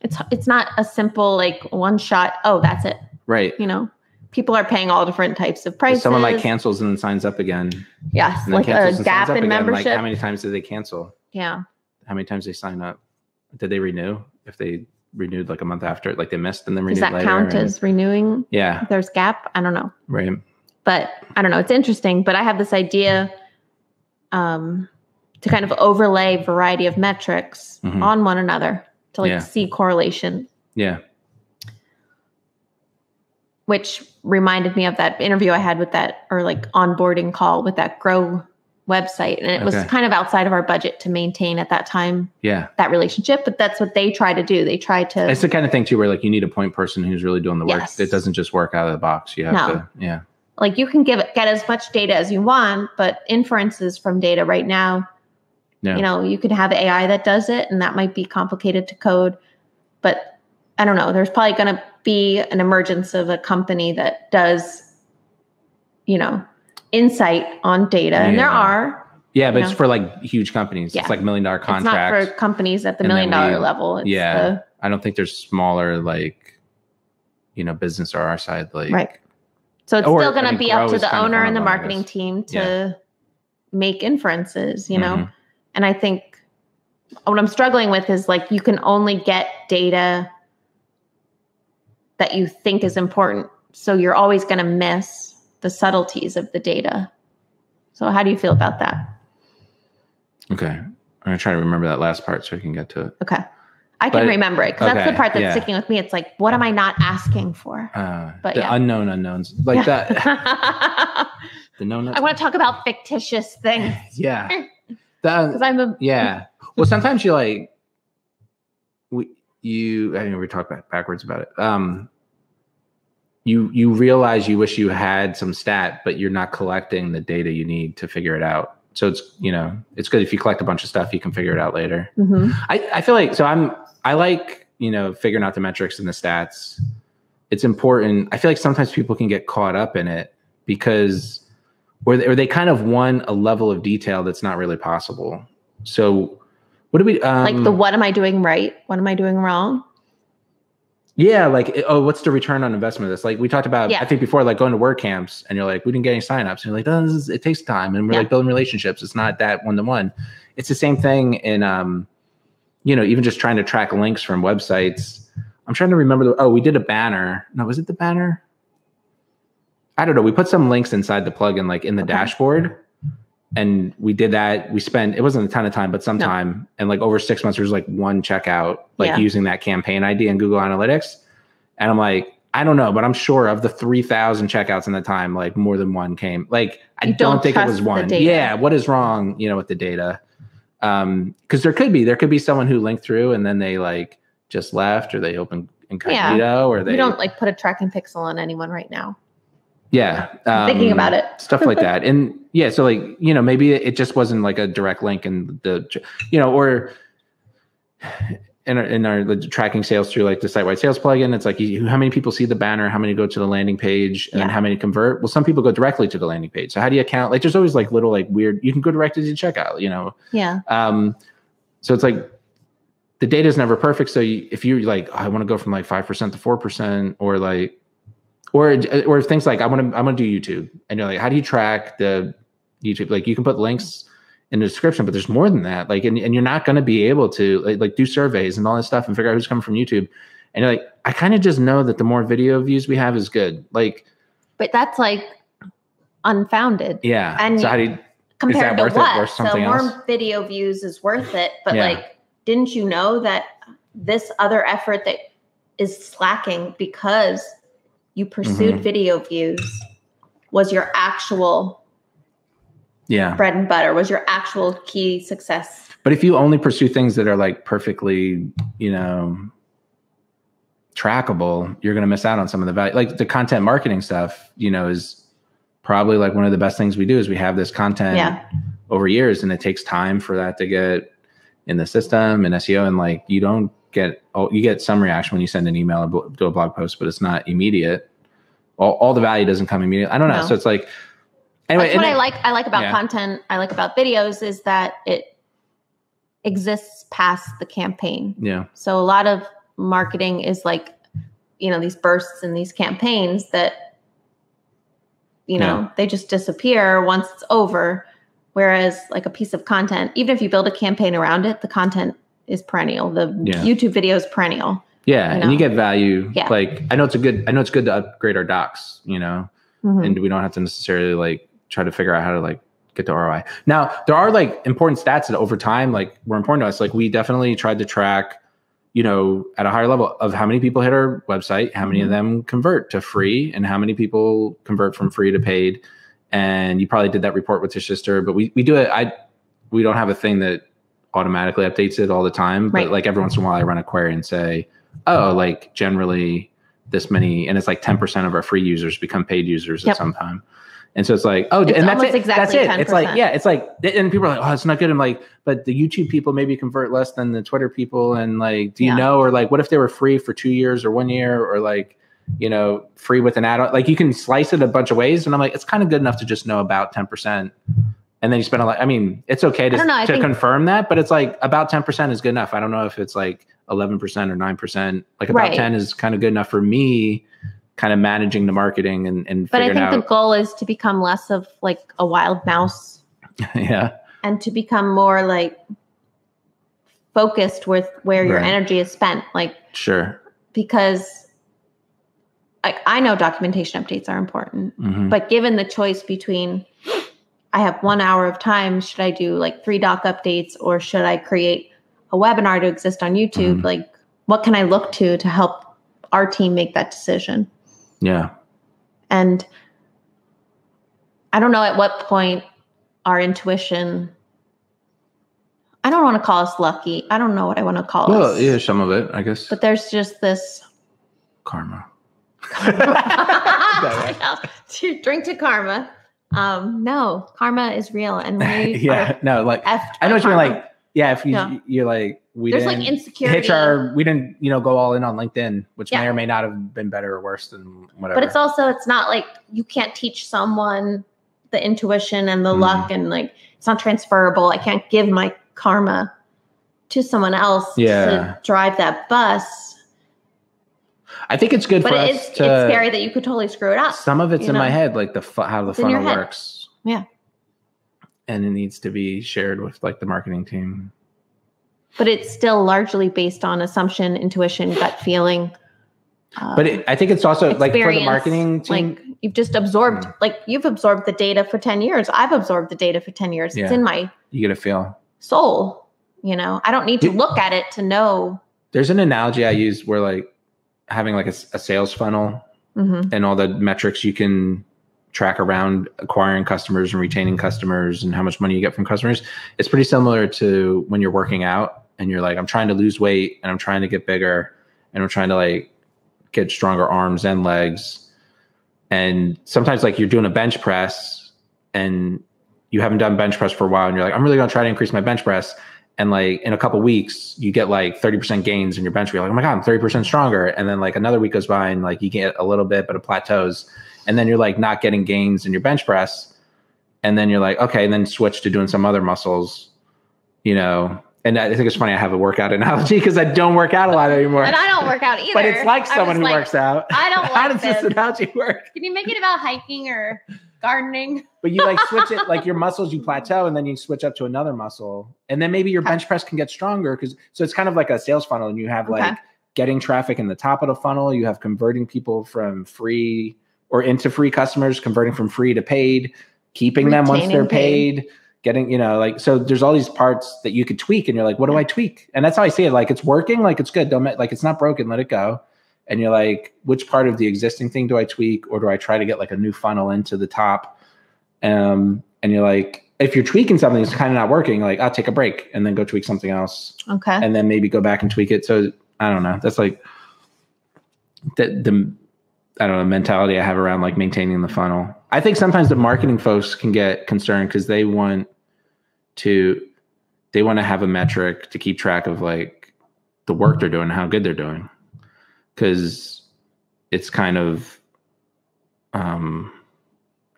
S1: It's it's not a simple like one shot, oh, that's it.
S2: right.
S1: You know, people are paying all different types of prices.
S2: If someone like cancels and then signs up again,
S1: Yes,
S2: and then
S1: like
S2: cancels
S1: a
S2: and
S1: gap
S2: signs up
S1: in
S2: again.
S1: membership.
S2: Like, how many times did they cancel?
S1: yeah.
S2: How many times they sign up? Did they renew? If they renewed like a month after, like they missed and then renewed
S1: Does that
S2: later.
S1: count
S2: and-
S1: as renewing?
S2: yeah,
S1: If There's gap. I don't know.
S2: right.
S1: But I don't know. It's interesting. But I have this idea um to kind of overlay variety of metrics
S2: Mhm.
S1: on one another to like
S2: Yeah.
S1: see correlation,
S2: Yeah.
S1: which reminded me of that interview I had with that or like onboarding call with that grow website. And it was
S2: Okay.
S1: kind of outside of our budget to maintain at that time
S2: Yeah.
S1: that relationship. But that's what they try to do. They try to
S2: It's the kind of thing too where like you need a point person who's really doing the work.
S1: Yes.
S2: It doesn't just work out of the box. You have
S1: No.
S2: to yeah.
S1: like you can give get as much data as you want, but inferences from data right now,
S2: Yeah.
S1: you know, you could have AI that does it, and that might be complicated to code. But I don't know. There's probably going to be an emergence of a company that does, you know, insight on data, and there
S2: Yeah.
S1: are.
S2: yeah, but
S1: you
S2: it's
S1: know.
S2: for like huge companies.
S1: Yeah.
S2: It's like million dollar
S1: It's
S2: contracts.
S1: not for companies at the
S2: And then
S1: million dollar
S2: we-
S1: level. It's
S2: yeah.
S1: the,
S2: I don't think there's smaller like you know, business or our side like
S1: Right. so it's
S2: Or,
S1: still going
S2: I
S1: to
S2: mean,
S1: be up
S2: grow
S1: to
S2: is
S1: the
S2: kind of
S1: owner
S2: one
S1: and the
S2: of them, I
S1: marketing
S2: guess.
S1: team to
S2: Yeah.
S1: make inferences. You know.
S2: Mhm.
S1: And I think what I'm struggling with is like you can only get data that you think is important. So you're always going to miss the subtleties of the data. So how do you feel about that?
S2: Okay. I'm gonna try to remember that last part so we can get to it.
S1: Okay. I can
S2: But-
S1: remember it because that's the
S2: okay,
S1: part that's
S2: yeah.
S1: sticking with me. It's like, what am I not asking for?
S2: Uh
S1: But
S2: the
S1: yeah.
S2: unknown unknowns. Like that
S1: I
S2: the known unknowns.
S1: want to talk about fictitious things
S2: Yeah. The,
S1: because I'm a
S2: yeah. Well sometimes you like we you I mean we talked back, backwards about it. Um you you realize you wish you had some stat, but you're not collecting the data you need to figure it out. So it's you know, it's good if you collect a bunch of stuff, you can figure it out later.
S1: Mhm.
S2: I, I feel like so I'm I like, you know, figuring out the metrics and the stats. It's important. I feel like sometimes people can get caught up in it because or they, or they kind of want a level of detail that's not really possible. So what do we um,
S1: like the what am I doing right? What am I doing wrong?
S2: Yeah, like oh, what's the return on investment of this? Like we talked about,
S1: Yeah.
S2: I think before, like going to work camps, and you're like, we didn't get any signups, and you're like, oh, this is, it takes time, and we're
S1: Yeah.
S2: like building relationships. It's not that one to one. It's the same thing in, um, you know, even just trying to track links from websites. I'm trying to remember. The, oh, we did a banner. No, was it the banner? I don't know. We put some links inside the plugin, like in the
S1: Okay.
S2: dashboard, and we did that. We spent it wasn't a ton of time, but some
S1: No.
S2: time, and like over six months, there was like one checkout, like
S1: Yeah.
S2: using that campaign ID in Google Analytics, and I'm like. I don't know, but I'm sure of the 3,000 checkouts in the time, like more than one came. Like, I
S1: You
S2: don't,
S1: don't
S2: think it
S1: trust
S2: was
S1: the
S2: one.
S1: data.
S2: Yeah. What is wrong, you know, with the data? Um, cause there could be, there could be someone who linked through and then they like just left or they opened incognito or they
S1: We don't like put a tracking pixel on anyone right now.
S2: yeah. Um,
S1: thinking about it.
S2: Stuff like that. And yeah, so like, you know, maybe it just wasn't like a direct link in the, you know, or in our, in our the tracking sales through like the site wide sales plugin, it's like you, how many people see the banner, how many go to the landing page, and then
S1: Yeah.
S2: how many convert. Well, some people go directly to the landing page. So how do you account? Like, there's always like little like weird, you can go directly to checkout, you know,
S1: Yeah.
S2: um, so it's like the data is never perfect. So you, if you like, "Oh, I want to go from like five percent to four percent, or like, or or things like I want to I want to do YouTube, and you're like, how do you track the YouTube? Like you can put links in the description, but there's more than that. Like, and, and you're not going to be able to like, like do surveys and all that stuff and figure out who's coming from YouTube. And you're like, I kind of just know that the more video views we have is good. Like,
S1: But that's like unfounded
S2: yeah.
S1: And
S2: so how do you,
S1: compared
S2: that worth
S1: to
S2: it
S1: what?
S2: or something
S1: so more
S2: else?
S1: video views is worth it, but
S2: Yeah.
S1: like, didn't you know that this other effort that is slacking because you pursued
S2: Mm-hmm.
S1: video views was your actual
S2: yeah.
S1: bread and butter, was your actual key success?
S2: But if you only pursue things that are like perfectly, you know, trackable, you're going to miss out on some of the value. Like the content marketing stuff, you know, is probably like one of the best things we do is we have this content
S1: Yeah.
S2: over years and it takes time for that to get in the system and SEO and like you don't get oh you get some reaction when you send an email or bl- do a blog post but it's not immediate. All, all the value doesn't come immediately. I don't know.
S1: No.
S2: So it's like anyway,
S1: That's
S2: and
S1: what I
S2: it-
S1: like. I like about
S2: Yeah.
S1: content. I like about videos is that it exists past the campaign.
S2: yeah.
S1: So a lot of marketing is like, you know, these bursts and these campaigns that, you know, they just disappear once it's over. Whereas like a piece of content, even if you build a campaign around it, the content is perennial. The
S2: Yeah.
S1: YouTube video is perennial.
S2: Yeah,
S1: you
S2: and you
S1: know?
S2: get value.
S1: Yeah.
S2: Like I know it's a good I know it's good to upgrade our docs, you know,
S1: Mhm.
S2: and we don't have to necessarily like try to figure out how to like get the ROI. Now, there are like important stats that over time like were important to us. Like we definitely tried to track, you know, at a higher level of how many people hit our website, how many of
S1: Mhm.
S2: them convert to free, and how many people convert from free to paid. And you probably did that report with your sister, but we we do it. I we don't have a thing that automatically updates it all the time, but
S1: Right.
S2: like every once in a while, I run a query and say, oh, like generally this many, and it's like 10% of our free users become paid users
S1: Yep.
S2: at some time. And so it's like, oh,
S1: It's
S2: and that's
S1: almost
S2: it.
S1: exactly
S2: that's it. It's like,
S1: 10%.
S2: yeah, it's like, and people are like, oh, it's not good. I'm like, but the YouTube people maybe convert less than the Twitter people. And like, do you
S1: Yeah.
S2: know, or like, what if they were free for two years or one year or like, you know, free with an add on? Like, you can slice it a bunch of ways. And I'm like, it's kind of good enough to just know about 10%. And then you spend a lot. I mean, it's okay to,
S1: I don't know, I
S2: to
S1: think-
S2: confirm that, but it's like about 10% is good enough. I don't know if it's like 11% or 9%. Like, about
S1: Right.
S2: 10 is kind of good enough for me, kind of managing the marketing and, and
S1: But I
S2: figuring
S1: think the
S2: out.
S1: goal is to become less of like a wild mouse
S2: yeah.
S1: and to become more like focused with where your
S2: Right.
S1: energy is spent like
S2: Sure.
S1: because like i know documentation updates are important
S2: Mhm.
S1: but given the choice between i have one hour of time should i do like three doc updates or should i create a webinar to exist on youtube
S2: Mhm.
S1: like what can i look to to help our team make that decision
S2: Yeah.
S1: and I don't know at what point our intuition, I don't want to call us lucky. I don't know what I want to call
S2: Well,
S1: us.
S2: yeah, some of it, I guess.
S1: But there's just this.
S2: Karma.
S1: To drink to karma. Um, no, karma is real. And we
S2: yeah. No, like
S1: are effed
S2: I know
S1: by
S2: what you mean.
S1: karma.
S2: Like, yeah, if you
S1: Yeah.
S2: you're like we
S1: there's like
S2: didn't
S1: insecurity.
S2: hitch our we didn't you know go all in on LinkedIn, which may
S1: Yeah.
S2: or may not have been better or worse than whatever.
S1: but it's also it's not like you can't teach someone the intuition and the
S2: Mhm.
S1: luck and like it's not transferable i can't give my karma to someone else
S2: Yeah.
S1: to drive that bus
S2: I think it's good
S1: but
S2: for
S1: it's
S2: us
S1: it's
S2: to.
S1: scary that you could totally screw it up
S2: some of it's
S1: you
S2: in my
S1: know?
S2: head, like the fu- how the
S1: It's in your
S2: funnel
S1: head.
S2: works.
S1: Yeah.
S2: And it needs to be shared with like the marketing team.
S1: but it's still largely based on assumption intuition gut feeling uh,
S2: But it, I think it's also like for the
S1: experience,
S2: marketing team.
S1: like you've just absorbed
S2: Mm.
S1: like you've absorbed the data for 10 years i've absorbed the data for 10 years it's
S2: Yeah.
S1: in my
S2: you get a feel.
S1: soul you know i don't need to
S2: Did-
S1: look at it to know
S2: There's an analogy I use where like having like a s a a sales funnel
S1: Mhm.
S2: and all the metrics you can track around acquiring customers and retaining customers and how much money you get from customers it's pretty similar to when you're working out and you're like i'm trying to lose weight and i'm trying to get bigger and i'm trying to like get stronger arms and legs and sometimes like you're doing a bench press and you haven't done bench press for a while and you're like i'm really going to try to increase my bench press and like in a couple weeks you get like 30% gains in your bench you're like oh my god i'm 30% stronger and then like another week goes by and like you get a little bit but it plateaus and then you're like not getting gains in your bench press and then you're like okay and then switch to doing some other muscles you know and i think it's funny i have a workout analogy because i don't work out a lot anymore
S1: And I don't work out either.
S2: but it's like
S1: I was
S2: someone who works out
S1: I don't
S2: how
S1: like
S2: does this
S1: this.
S2: analogy work
S1: Can you make it about hiking or gardening.
S2: But you like switch it, like your muscles, you plateau, and then you switch up to another muscle, and then maybe your bench press can get stronger because so it's kind of like a sales funnel, and you have
S1: Okay.
S2: like getting traffic in the top of the funnel, you have converting people from free or into free customers, converting from free to paid, keeping them once
S1: Retaining
S2: they're paid. Getting, you know, like so. There's all these parts that you could tweak, and you're like, "What do I tweak?" And that's how I see it. Like it's working, like it's good. Don't ma- like it's not broken. Let it go and you're like, which part of the existing thing do I tweak, or do I try to get like a new funnel into the top? Um, and you're like, if you're tweaking something, it's kind of not working. Like, I'll take a break and then go tweak something else,
S1: Okay.
S2: and then maybe go back and tweak it. So I don't know. That's like the the I don't know mentality I have around like maintaining the funnel. I think sometimes the marketing folks can get concerned because they want to they want to have a metric to keep track of like the work they're doing and how good they're doing because it's kind of um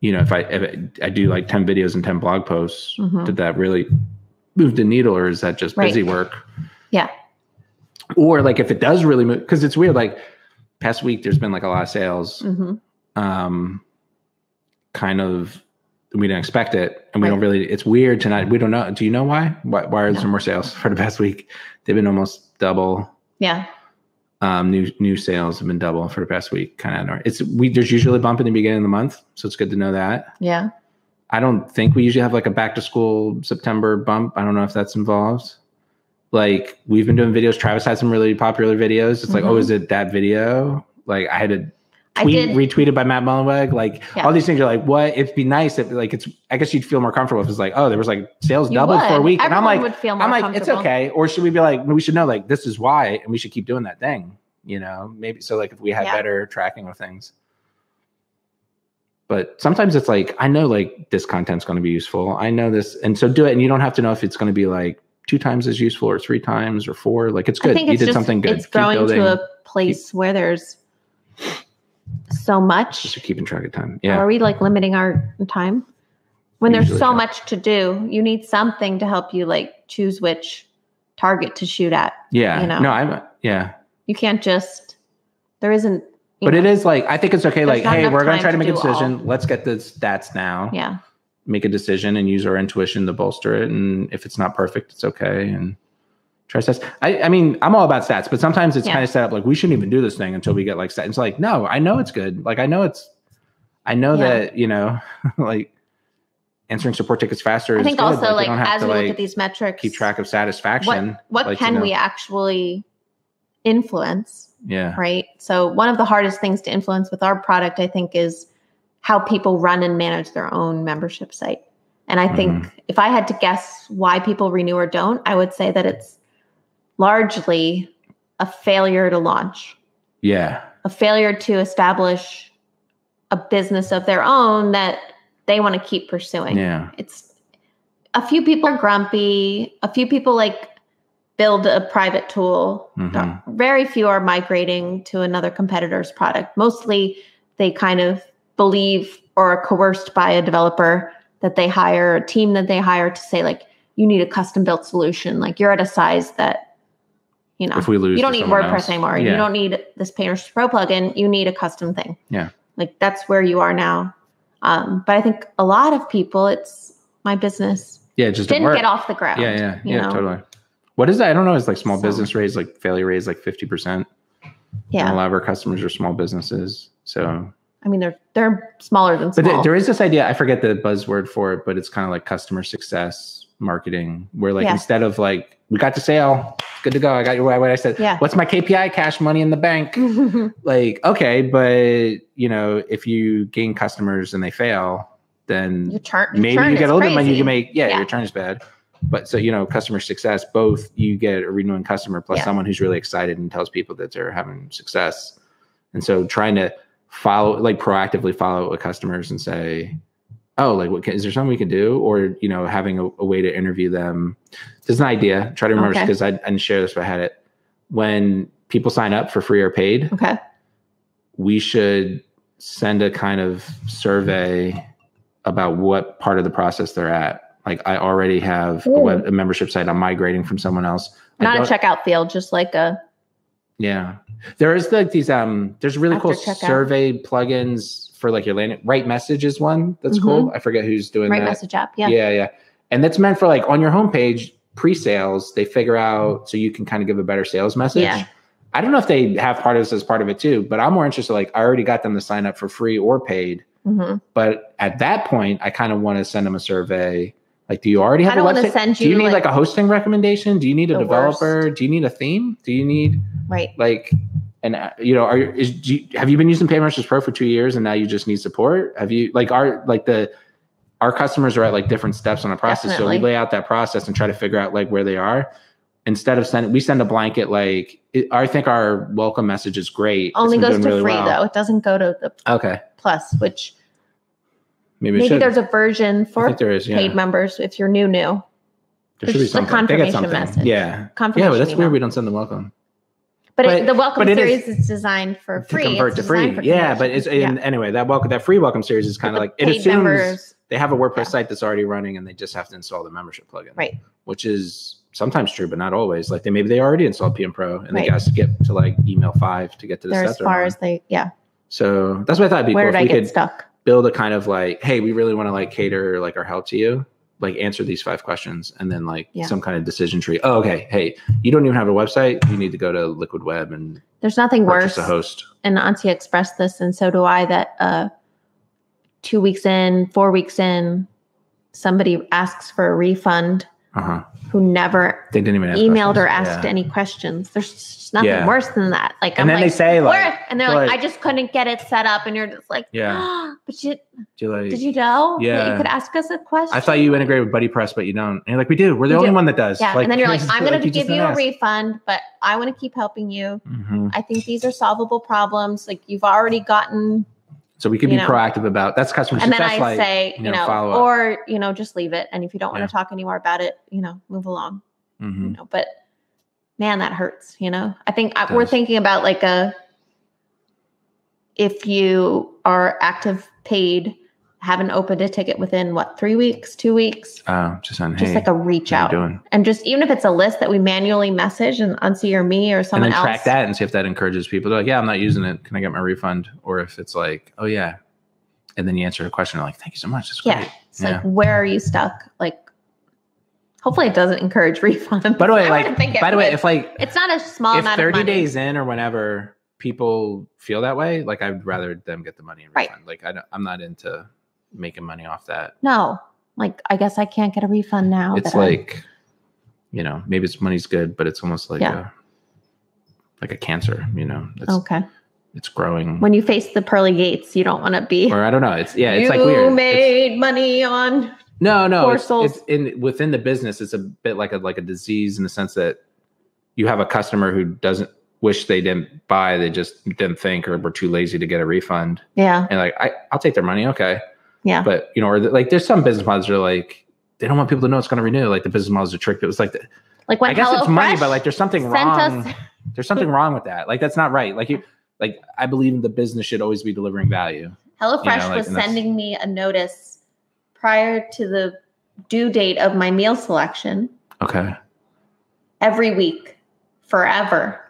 S2: you know if i if I- i do like 10 videos and 10 blog posts
S1: Mhm.
S2: did that really move the needle or is that just
S1: Right.
S2: busy work
S1: Yeah.
S2: or like if it does really move because it's weird like past week there's been like a lot of sales
S1: hmm
S2: um kind of we didn't expect it and we
S1: Right.
S2: don't really it's weird tonight we don't know do you know why why, why are
S1: No.
S2: there more sales for the past week they've been almost double
S1: Yeah.
S2: um, new new sales have been double for the past week. Kind of, it's we there's usually a bump in the beginning of the month, so it's good to know that.
S1: Yeah.
S2: I don't think we usually have like a back to school September bump. I don't know if that's involved. Like we've been doing videos. Travis had some really popular videos. It's like, oh,
S1: Mhm.
S2: is it that video? Like I had a
S1: I
S2: tweet
S1: did-
S2: retweeted by Matt Mullenweg. Like
S1: Yeah.
S2: all these things are like, what? It'd be nice if like it's. I guess you'd feel more comfortable if it's like, oh, there was like sales
S1: You
S2: doubled for a
S1: would.
S2: week, and I'm
S1: Everyone
S2: like,
S1: would feel more
S2: I'm like, it's
S1: comfortable.
S2: okay. Or should we be like, we should know, like, this is why, and we should keep doing that thing, you know? Maybe so, like, if we had
S1: Yeah.
S2: better tracking of things. But sometimes it's like, I know, like, this content's going to be useful. I know this. And so do it. And you don't have to know if it's going to be like two times as useful or three times or four. Like, it's
S1: I
S2: good.
S1: think
S2: you
S1: it's
S2: did
S1: just,
S2: something good.
S1: It's
S2: Keep
S1: growing
S2: building.
S1: to a place where there's so much.
S2: Just keeping track of time. Yeah.
S1: Are we like limiting our time? When there's
S2: Usually
S1: so
S2: not.
S1: much to do, you need something to help you like choose which target to shoot at.
S2: yeah.
S1: you know.
S2: No, I'm, yeah.
S1: You can't just. There isn't. you
S2: But
S1: know,
S2: it is like, I think it's okay.
S1: There's
S2: like,
S1: not
S2: hey,
S1: enough
S2: we're going
S1: time
S2: to try to
S1: to
S2: make a
S1: do all.
S2: decision. Let's get the stats now.
S1: Yeah.
S2: make a decision and use our intuition to bolster it. And if it's not perfect, it's okay. And try stats. I, I mean, I'm all about stats, but sometimes it's
S1: Yeah.
S2: kind of set up like we shouldn't even do this thing until we get like stats. It's like, no, I know it's good. Like I know it's, I know
S1: Yeah.
S2: that you know, like answering support tickets faster.
S1: I
S2: is
S1: think
S2: good.
S1: also
S2: you
S1: like,
S2: don't have
S1: as
S2: to,
S1: we look
S2: like,
S1: at these metrics,
S2: keep track of satisfaction.
S1: what what
S2: like, you
S1: can
S2: know.
S1: we actually influence,
S2: Yeah,
S1: right? So one of the hardest things to influence with our product, I think, is how people run and manage their own membership site. And I think if I had to guess why people renew or don't, I would say that it's largely a failure to launch
S2: yeah,
S1: a failure to establish a business of their own that they want to keep pursuing.
S2: yeah.
S1: It's a few people are grumpy, a few people like build a private tool.
S2: Mhm.
S1: Very few are migrating to another competitor's product. Mostly they kind of believe or are coerced by a developer that they hire, a team that they hire to say, like, you need a custom built solution. Like, you're at a size that, you know,
S2: If we lose,
S1: you
S2: to
S1: don't need
S2: someone
S1: WordPress
S2: else-
S1: anymore.
S2: Yeah.
S1: You don't need this Painters Pro plugin. You need a custom thing.
S2: Yeah.
S1: Like that's where you are now. Um, but I think a lot of people, it's my business
S2: yeah, it just didn't
S1: didn't
S2: work.
S1: get off the ground.
S2: Yeah, yeah,
S1: you
S2: yeah,
S1: know?
S2: totally. What is that? I don't know. It's like small
S1: So-
S2: business raise, like failure raise, like fifty percent. And a
S1: Yeah.
S2: lot of our customers are small businesses. So,
S1: I mean, they're they're smaller than
S2: but
S1: small.
S2: th- there is this idea, I forget the buzzword for it, but it's kind of like customer success marketing, where like
S1: Yeah.
S2: instead of like, we got to sale, good to go. I got your what I said.
S1: Yeah. Mm.
S2: What's my KPI? Cash money in the bank. like, okay, but you know, if you gain customers and they fail, then
S1: your chart. your
S2: maybe
S1: churn
S2: you get
S1: is
S2: a little bit of money you
S1: crazy.
S2: can make. Yeah,
S1: Yeah.
S2: your turn is bad. But so you know, customer success, both you get a renewing customer plus
S1: Yeah.
S2: someone who's really excited and tells people that they're having success. And so trying to follow like proactively follow up with customers and say, Oh, like what can, is there something we can do? Or, you know, having a, a way to interview them. There's an idea. Try to remember
S1: Okay.
S2: because I, I didn't share this, but I had it. When people sign up for free or paid,
S1: Okay.
S2: we should send a kind of survey about what part of the process they're at. Like I already have a, web, a membership site. I'm migrating from someone else. I
S1: Not a
S2: don't-
S1: checkout field, just like a
S2: Yeah. There is like these um there's really cool
S1: After checkout.
S2: survey plugins for like your landing. Right message is one that's
S1: Mm-hmm.
S2: cool. I forget who's doing
S1: Right
S2: that.
S1: message app. Yeah.
S2: yeah, yeah. And that's meant for like on your homepage pre-sales, they figure out so you can kind of give a better sales message.
S1: Yeah.
S2: I don't know if they have part of this as part of it too, but I'm more interested like I already got them to sign up for free or paid.
S1: hmm
S2: But at that point, I kind of want to send them a survey. Like, do you already have
S1: I don't
S2: a
S1: want to
S2: website?
S1: send you.
S2: Do you need
S1: like,
S2: like a hosting recommendation? Do you need a
S1: The
S2: developer? Do you need a theme? Do you need
S1: right?
S2: like and uh, you know are you- is do you, have you been using paymasters pro for two years and now you just need support have you like our like the our customers are at like different steps on a process so we
S1: Definitely.
S2: lay out that process and try to figure out like where they are instead of sending we send a blanket like it, i think our welcome message is great
S1: Only
S2: It's been
S1: goes to
S2: doing really
S1: free
S2: well.
S1: though. It doesn't go to the
S2: okay
S1: plus, which
S2: maybe, it
S1: maybe
S2: should.
S1: there's a version
S2: I
S1: for
S2: think there is yeah
S1: paid members if you're new, new
S2: there should be
S1: there's just a
S2: something they got
S1: confirmation
S2: something
S1: message.
S2: yeah
S1: confirmation.
S2: yeah, but that's
S1: email.
S2: weird. We don't send the welcome
S1: But, it,
S2: But-
S1: the welcome
S2: but it
S1: series is, designed for free.
S2: to convert
S1: It's
S2: to free.
S1: designed for
S2: Yeah, but it's
S1: conversion.
S2: and anyway that welcome that free welcome series is kind
S1: The
S2: of like it
S1: paid
S2: assumes
S1: members.
S2: they have a WordPress
S1: Yeah.
S2: site that's already running and they just have to install the membership plugin.
S1: Right.
S2: Which is sometimes true, but not always. Like they maybe they already installed PM Pro and they
S1: Right.
S2: got to skip to like email five to get to the
S1: They're
S2: step.
S1: as
S2: they're
S1: far
S2: on.
S1: as they. Yeah.
S2: so that's what I thought would be
S1: Where
S2: cool
S1: did
S2: if
S1: I
S2: we
S1: get
S2: could
S1: stuck?
S2: build a kind of like, hey, we really want to like cater like our help to you. Like answer these five questions and then like
S1: Yeah.
S2: some kind of decision tree. Oh, okay. Hey, you don't even have a website. You need to go to Liquid Web and
S1: There's nothing
S2: purchase
S1: worse.
S2: a host.
S1: and Auntie expressed this, and so do I. That uh, two weeks in, four weeks in, somebody asks for a refund
S2: Uh huh.
S1: who never
S2: They didn't even ask
S1: emailed or
S2: questions.
S1: asked
S2: Yeah.
S1: any questions. There's just nothing
S2: Yeah.
S1: worse than that. Like,
S2: And
S1: I'm
S2: then
S1: like,
S2: they say like,
S1: "Where?" and they're like,
S2: like-
S1: I just couldn't get it set up, and you're just like,
S2: yeah,
S1: but you,
S2: do you like
S1: did you know? that
S2: Yeah.
S1: you could ask us a question.
S2: I thought you integrated with Buddy Press, but you don't. And you're like, we do. We're the
S1: We
S2: only
S1: do.
S2: one that does.
S1: Yeah, and then you're like, I'm going to
S2: just
S1: give you a
S2: asked.
S1: refund, but I want to keep helping you.
S2: Mhm.
S1: I think these are solvable problems. Like you've already gotten,
S2: So we could
S1: You
S2: be
S1: know.
S2: proactive about that's customer
S1: and then
S2: success.
S1: I
S2: like,
S1: say,
S2: you
S1: you
S2: know,
S1: know,
S2: follow up.
S1: or you know, just leave it. And if you don't want
S2: Yeah.
S1: to talk anymore about it, you know, move along.
S2: Mhm.
S1: You know, but man, that hurts. You know, I think I, we're
S2: does.
S1: thinking about like a if you are active paid, haven't opened a ticket within what three weeks, two weeks,
S2: Oh, just on
S1: just
S2: hey,
S1: like a reach
S2: how you
S1: out.
S2: doing?
S1: and just even if it's a list that we manually message and unsee or me or someone
S2: and then
S1: else
S2: track that and see if that encourages people. They're like, yeah, I'm not using it. Can I get my refund? Or if it's like, oh yeah, and then you answer a question like, thank you so much. That's
S1: yeah
S2: great.
S1: it's like where are you stuck like hopefully it doesn't encourage refunds
S2: By the way,
S1: I
S2: like,
S1: wouldn't think it
S2: by the way,
S1: would.
S2: if like
S1: it's not a small
S2: if
S1: amount
S2: 30
S1: of money
S2: days in or whenever people feel that way, like I'd rather them get the money and
S1: Right.
S2: refund. Like I don't, I'm not into making money off that.
S1: no like i guess i can't get a refund now
S2: it's
S1: that I-
S2: like you know maybe it's money's good but it's almost like
S1: Yeah.
S2: a like a cancer you know it's
S1: okay
S2: it's growing
S1: when you face the pearly gates you don't want to be
S2: or i don't know it's yeah
S1: you
S2: it's like weird It's-
S1: made money on
S2: no no
S1: poor
S2: it's,
S1: souls.
S2: it's in within the business it's a bit like a like a disease in the sense that you have a customer who doesn't wish they didn't buy they just didn't think or were too lazy to get a refund
S1: yeah
S2: and like I, i'll take their money okay
S1: Yeah.
S2: but you know or like there's some business models that are like they don't want people to know it's going to renew like the business models are tricked it was like the,
S1: like when
S2: i guess
S1: Hello
S2: it's money
S1: Fresh
S2: but like there's something
S1: sent
S2: wrong
S1: us
S2: there's something wrong with that. Like that's not right. Like you like I believe the business should always be delivering value.
S1: HelloFresh
S2: like,
S1: was
S2: and that's-
S1: sending me a notice prior to the due date of my meal selection
S2: Okay.
S1: every week forever.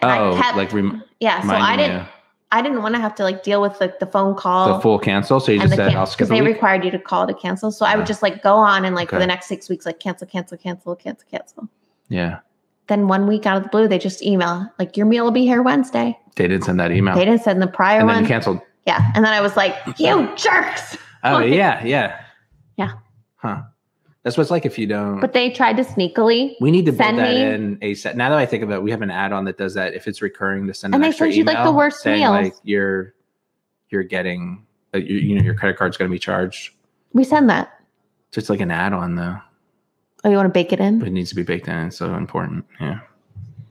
S1: And I
S2: oh,
S1: kept-
S2: like rem-
S1: yeah, so I
S2: reminding
S1: didn't
S2: you.
S1: I didn't want to have to like deal with like the phone call
S2: uh, the full cancel. So you just
S1: and the
S2: said I'll
S1: cancel
S2: skip
S1: because
S2: a
S1: they
S2: week.
S1: required you to call to cancel. So I
S2: Yeah.
S1: would just like go on and like for
S2: Okay.
S1: the next six weeks like cancel, cancel, cancel, cancel, cancel.
S2: yeah.
S1: Then one week out of the blue, they just email like your meal will be here Wednesday.
S2: They didn't send that email.
S1: They didn't send the prior
S2: and then
S1: one.
S2: you canceled.
S1: yeah, and then I was like, you jerks!
S2: Oh
S1: Like-
S2: yeah, yeah.
S1: Yeah.
S2: Huh. That's what it's like if you don't
S1: But they tried to sneakily,
S2: we need to build
S1: send
S2: that
S1: me-
S2: in ASAP. Now that I think of it, we have an add-on that does that. If it's recurring, to send an
S1: And they
S2: extra
S1: send you, like, the
S2: email
S1: worst
S2: saying,
S1: meals.
S2: Like you're you're getting, uh, you, you know, your credit card's going to be charged.
S1: we send that.
S2: So it's like an add-on though.
S1: Oh, you want to bake it in?
S2: But it needs to be baked in. It's so important. Yeah.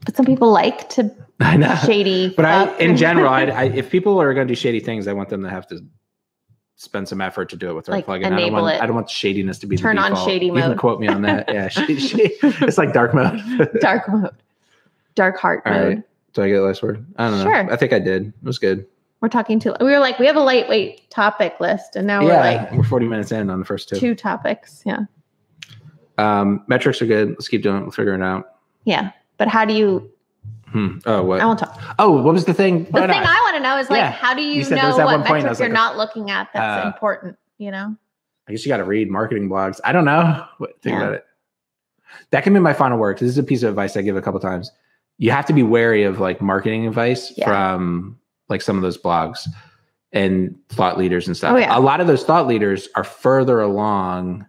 S1: But some people like to
S2: I know.
S1: shady.
S2: But I,
S1: fuck.
S2: in general, I, I, if people are going to do shady things, I want them to have to spend some effort to do it with their
S1: Like,
S2: plugin. I don't,
S1: enable
S2: want,
S1: it.
S2: I don't want shadiness to be the
S1: Turn on
S2: default.
S1: shady
S2: You can
S1: mode.
S2: quote me on that. Yeah, sh- sh- it's like dark mode.
S1: dark mode, dark heart
S2: All
S1: mode.
S2: right. Did I get the last word? I don't know.
S1: Sure.
S2: I think I did. It was good.
S1: We're talking to. We were like, we have a lightweight topic list, and now we're like
S2: we're 40 minutes in on the first two.
S1: two topics. Yeah,
S2: Um, metrics are good. Let's keep doing it. We'll figure it out.
S1: yeah. But how do you
S2: Hmm. Oh, what?
S1: I won't talk.
S2: oh, what was the thing?
S1: The thing I want to know is like,
S2: Yeah.
S1: how do you,
S2: said there
S1: know
S2: was that
S1: what
S2: one point, I
S1: metric
S2: was
S1: you're
S2: like,
S1: not looking at that's
S2: uh,
S1: important? You know,
S2: I guess you got to read marketing blogs. I don't know. What, think
S1: Yeah.
S2: about it. That can be my final word. 'cause This is a piece of advice I give a couple times. You have to be wary of like marketing advice
S1: Yeah.
S2: from like some of those blogs and thought leaders and stuff.
S1: Oh, yeah.
S2: A lot of those thought leaders are further along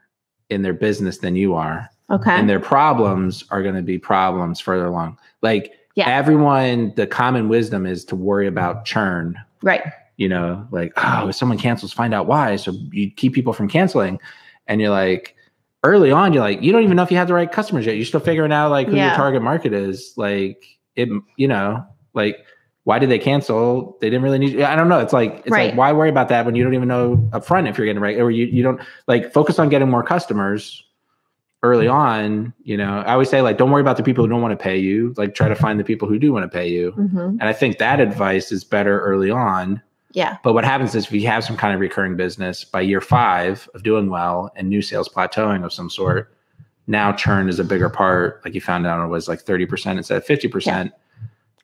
S2: in their business than you are,
S1: okay,
S2: and their problems are going to be problems further along. Like
S1: Yeah. Mm-hmm.
S2: everyone, the common wisdom is to worry about churn
S1: right,
S2: you know, like, oh, if someone cancels, find out why. So you keep people from canceling. And you're like, early on, you're like, you don't even know if you have the right customers yet. You're still figuring out like who
S1: Yeah.
S2: your target market is. Like, it, you know, like, why did they cancel? They didn't really need. I don't know. It's like, it's
S1: Right.
S2: like, why worry about that when you don't even know upfront if you're getting right or you, you don't like focus on getting more customers early
S1: Mm-hmm.
S2: on. You know, I always say like, don't worry about the people who don't want to pay you. Like, try to find the people who do want to pay you.
S1: hmm
S2: And I think that advice is better early on
S1: yeah,
S2: but what happens is if you have some kind of recurring business by year five of doing well and new sales plateauing of some sort, now churn is a bigger part. Like you found out it was like 30% instead of 50%.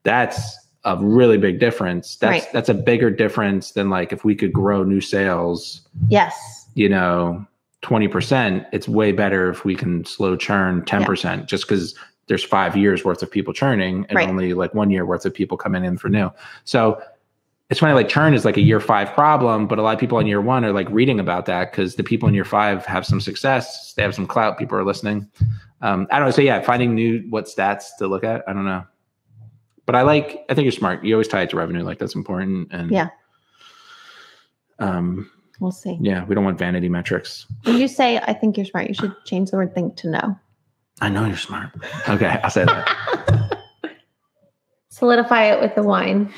S2: That's a really big difference. That's
S1: Right.
S2: that's a bigger difference than like if we could grow new sales,
S1: yes,
S2: you know, 20%, it's way better if we can slow churn 10% just because there's five years worth of people churning and
S1: Right.
S2: only like one year worth of people coming in for new. So it's funny, like churn is like a year five problem, but a lot of people in year one are like reading about that because the people in year five have some success, they have some clout, people are listening. Um, I don't know. So yeah, finding new what stats to look at. I don't know. But I like I think you're smart. You always tie it to revenue, like that's important. And
S1: Yeah.
S2: Um,
S1: we'll see.
S2: yeah, we don't want vanity metrics.
S1: When you say I think you're smart, you should change the word "think" to "know."
S2: I know you're smart. Okay, I'll say that.
S1: Solidify it with the wine.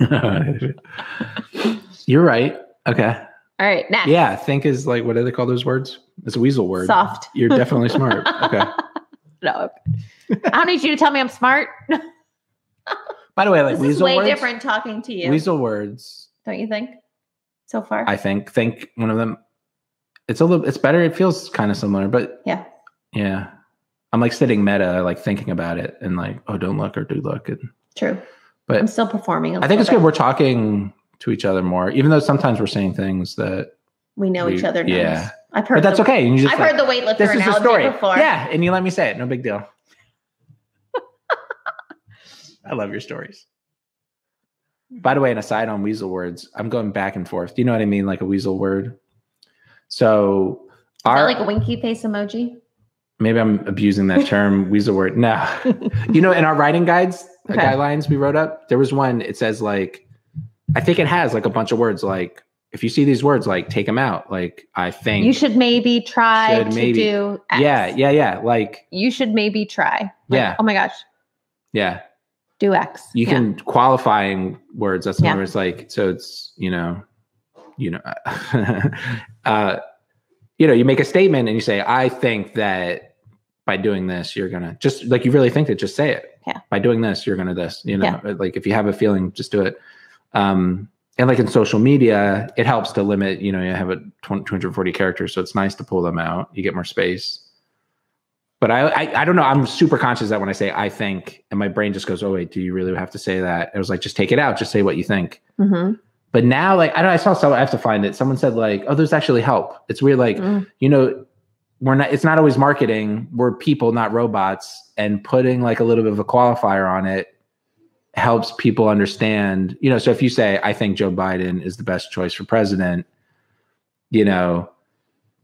S2: you're right. Okay.
S1: All right, next.
S2: Yeah, think is like what do they call those words? It's a weasel word.
S1: soft.
S2: You're definitely smart. Okay.
S1: No, I don't need you to tell me I'm smart.
S2: By the way, like
S1: This is
S2: weasel
S1: way
S2: words.
S1: different talking to you,
S2: Weasel words.
S1: don't you think? So far,
S2: I think think one of them. It's a little. It's better. It feels kind of similar, but
S1: Yeah.
S2: yeah. I'm like sitting meta, like thinking about it, and like, oh, don't look or do look, and
S1: true.
S2: but
S1: I'm still performing. a
S2: I think
S1: little
S2: it's good.
S1: bit.
S2: We're talking to each other more, even though sometimes we're saying things that.
S1: We know
S2: we-
S1: each other. Knows.
S2: yeah.
S1: I've heard.
S2: But that's
S1: the,
S2: okay. You just
S1: I've
S2: like,
S1: heard the weightlifter
S2: this is the
S1: analogy
S2: story.
S1: before.
S2: Yeah, and you let me say it. No big deal. I love your stories. By the way, an aside on weasel words, I'm going back and forth. Do you know what I mean? Like a weasel word. So,
S1: Is that
S2: our,
S1: like a winky face emoji?
S2: maybe I'm abusing that term, weasel word. No, you know, in our writing guides,
S1: Okay.
S2: guidelines we wrote up, there was one. It says like, I think it has like a bunch of words. Like, if you see these words, like take them out. Like, I think
S1: You should maybe try
S2: Should
S1: to
S2: maybe.
S1: do. X.
S2: Yeah, yeah, yeah. Like,
S1: You should maybe try. Like,
S2: Yeah.
S1: Oh my gosh,
S2: yeah.
S1: do X.
S2: you
S1: Yeah.
S2: can qualifying words that's
S1: Yeah.
S2: yeah. it's like so it's you know you know uh you know you make a statement and you say i think that by doing this you're gonna just like you really think that just say it
S1: Yeah.
S2: by doing this you're gonna this you know uh, like if you have a feeling just do it um and like in social media it helps to limit you know you have a 20, 240 characters so it's nice to pull them out you get more space but I, I I don't know. I'm super conscious that when I say I think, and my brain just goes, "Oh wait, do you really have to say that?" It was like, just take it out, just say what you think.
S1: Mhm.
S2: But now, like I don't. I saw someone. I have to find it. Someone said like, "Oh, those actually help." It's weird. Like
S1: Mm.
S2: you know, we're not. It's not always marketing. We're people, not robots. And putting like a little bit of a qualifier on it helps people understand. You know, so if you say, "I think Joe Biden is the best choice for president," you know,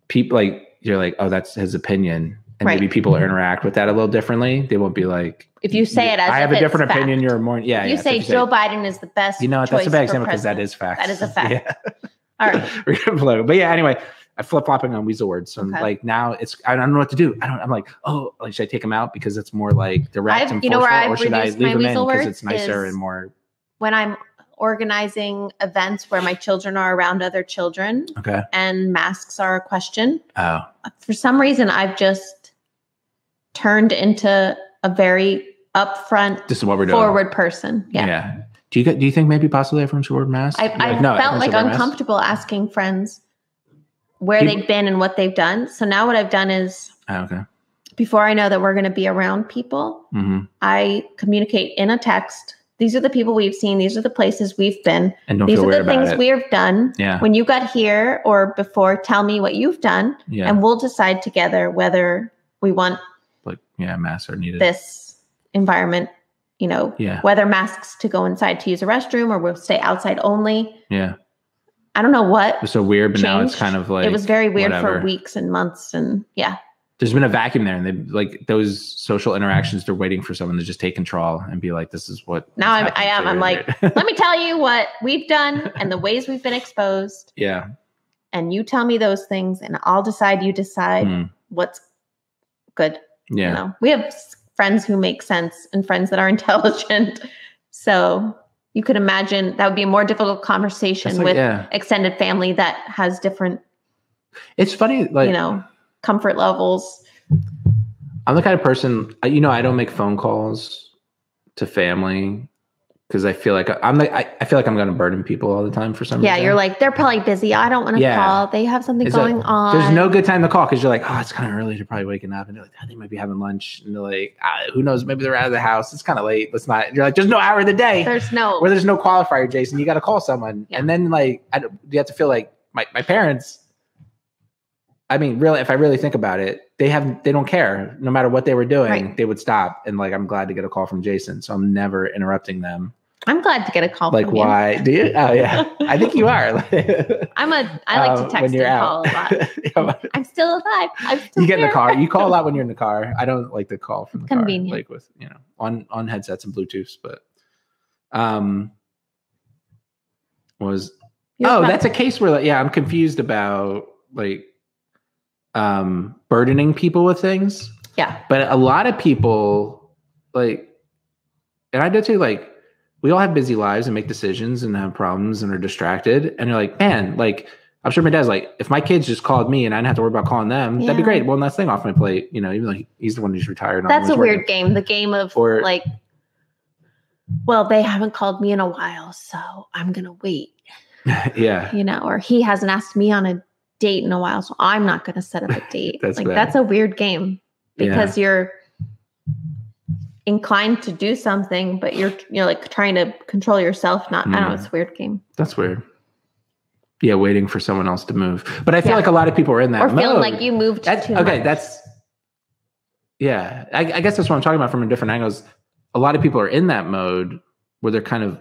S2: people like you're like, "Oh, that's his opinion." And
S1: Right. Mm-hmm.
S2: maybe people interact with that a little differently. They won't be like,
S1: If you say it as
S2: I have a
S1: if it's
S2: different
S1: fact.
S2: opinion. You're more, yeah.
S1: If
S2: yeah,
S1: you
S2: so
S1: say
S2: if
S1: Joe Biden is the best.
S2: you know what? That's a
S1: choice
S2: bad
S1: for
S2: example because that
S1: president.
S2: is fact.
S1: That is a fact.
S2: Yeah.
S1: All right.
S2: We're gonna blow. But yeah, anyway, I flip flopping on weasel words. So I'm
S1: Okay.
S2: like now it's I don't know what to do. I don't. I'm like, oh, like should I take them out because it's more like direct
S1: I've-
S2: and
S1: you know where
S2: forceful,
S1: I've
S2: or should I
S1: reduced
S2: leave
S1: my
S2: them in
S1: weasel
S2: because it's
S1: words
S2: nicer
S1: is-
S2: and more
S1: When I'm organizing events where my children are around other children
S2: okay?
S1: and masks are a question,
S2: Oh,
S1: for some reason I've just turned into a very upfront,
S2: this is what we're doing.
S1: forward person. Yeah.
S2: Do you get- do you think maybe possibly everyone should wear masks?
S1: I,
S2: You're
S1: I
S2: "No,
S1: felt
S2: everyone
S1: like
S2: should wear masks."
S1: uncomfortable asking friends where
S2: People-
S1: they've been and what they've done. So now what I've done is
S2: Oh, okay.
S1: before I know that we're going to be around people,
S2: hmm
S1: I communicate in a text. These are the people we've seen. These are the places we've been.
S2: And don't
S1: These
S2: feel
S1: are
S2: weird
S1: the
S2: about
S1: things
S2: it.
S1: we've done.
S2: yeah.
S1: When you got here or before, tell me what you've done,
S2: Yeah.
S1: and we'll decide together whether we want
S2: like, yeah, masks are needed.
S1: this environment, you know,
S2: Yeah.
S1: whether masks to go inside to use a restroom or we'll stay outside only.
S2: Yeah.
S1: I don't know what.
S2: It was so weird, but now it's
S1: changed.
S2: kind of like
S1: it was very weird
S2: whatever.
S1: for weeks and months. And yeah,
S2: there's been a vacuum there. And they like those social interactions, they're waiting for someone to just take control and be like, this is what.
S1: Now
S2: is
S1: I'm- I
S2: happening.
S1: am. I'm
S2: So you're-
S1: let me tell you what we've done and the ways we've been exposed.
S2: yeah.
S1: And you tell me those things, and I'll decide, you decide
S2: Mm.
S1: what's good.
S2: Yeah.
S1: you know we have s- friends who make sense and friends that are intelligent so you could imagine that would be a more difficult conversation
S2: That's like-
S1: with
S2: yeah.
S1: extended family that has different
S2: It's funny. Like,
S1: you know comfort levels
S2: I'm the kind of person, I- you know, I don't make phone calls to family because I feel like I, I'm like, I, I feel like I'm going to burden people all the time for some
S1: yeah
S2: reason.
S1: you're like they're probably busy i don't want to
S2: Yeah.
S1: call they have something
S2: It's like,
S1: going on
S2: There's no good time to call because you're like, oh, it's kind of early. They're probably waking up, and they're like, oh, they might be having lunch, and they're like, ah, who knows? Maybe they're out of the house. It's kind of late. Let's not. You're like, there's no hour of the day
S1: there's no
S2: where there's no qualifier, Jason. You got to call someone,
S1: Yeah.
S2: and then like, I, don't- you have to feel like my my parents. I mean, really, if I really think about it, they have they don't care. No matter what they were doing,
S1: Right.
S2: they would stop. And like, I'm glad to get a call from Jason, so I'm never interrupting them.
S1: i'm glad to get a call
S2: Like,
S1: from
S2: why do you? Oh yeah, I think you are.
S1: you i'm a i like
S2: Um,
S1: to
S2: when
S1: text and
S2: you're
S1: call
S2: out.
S1: a lot
S2: Yeah,
S1: i'm still alive i'm still
S2: you get in the
S1: here.
S2: car. You call a lot when you're in the car. I don't like the call from the
S1: Convenient.
S2: car, like with you know on on headsets and Bluetooths. But um, was
S1: You're
S2: oh
S1: fine.
S2: that's a case where like yeah I'm confused about like um burdening people with things,
S1: yeah
S2: but a lot of people like, and I do too. Like we all have busy lives and make decisions and have problems and are distracted and you're like man like. I'm sure my dad's like, if my kids just called me and I didn't have to worry about calling them, that'd
S1: Yeah.
S2: be great. One less thing off my plate, you know. Even though he- he's the one who's retired. and I'm
S1: That's a
S2: always working.
S1: weird game. The game of
S2: Or-
S1: like, well, they haven't called me in a while, so I'm gonna wait,
S2: yeah,
S1: you know, or he hasn't asked me on a date in a while, so I'm not gonna set up a date.
S2: That's
S1: like
S2: bad.
S1: that's a weird game
S2: yeah,
S1: because you're inclined to do something, but you're you're like trying to control yourself. Not I don't know,
S2: Mhm.
S1: it's a weird game.
S2: that's weird. Yeah, waiting for someone else to move, but I feel
S1: Yeah.
S2: like a lot of people are in that
S1: Or feeling
S2: mode.
S1: like you moved
S2: That's
S1: too
S2: okay.
S1: much.
S2: That's yeah. I, I guess that's what I'm talking about from a different angle. Is a lot of people are in that mode where they're kind of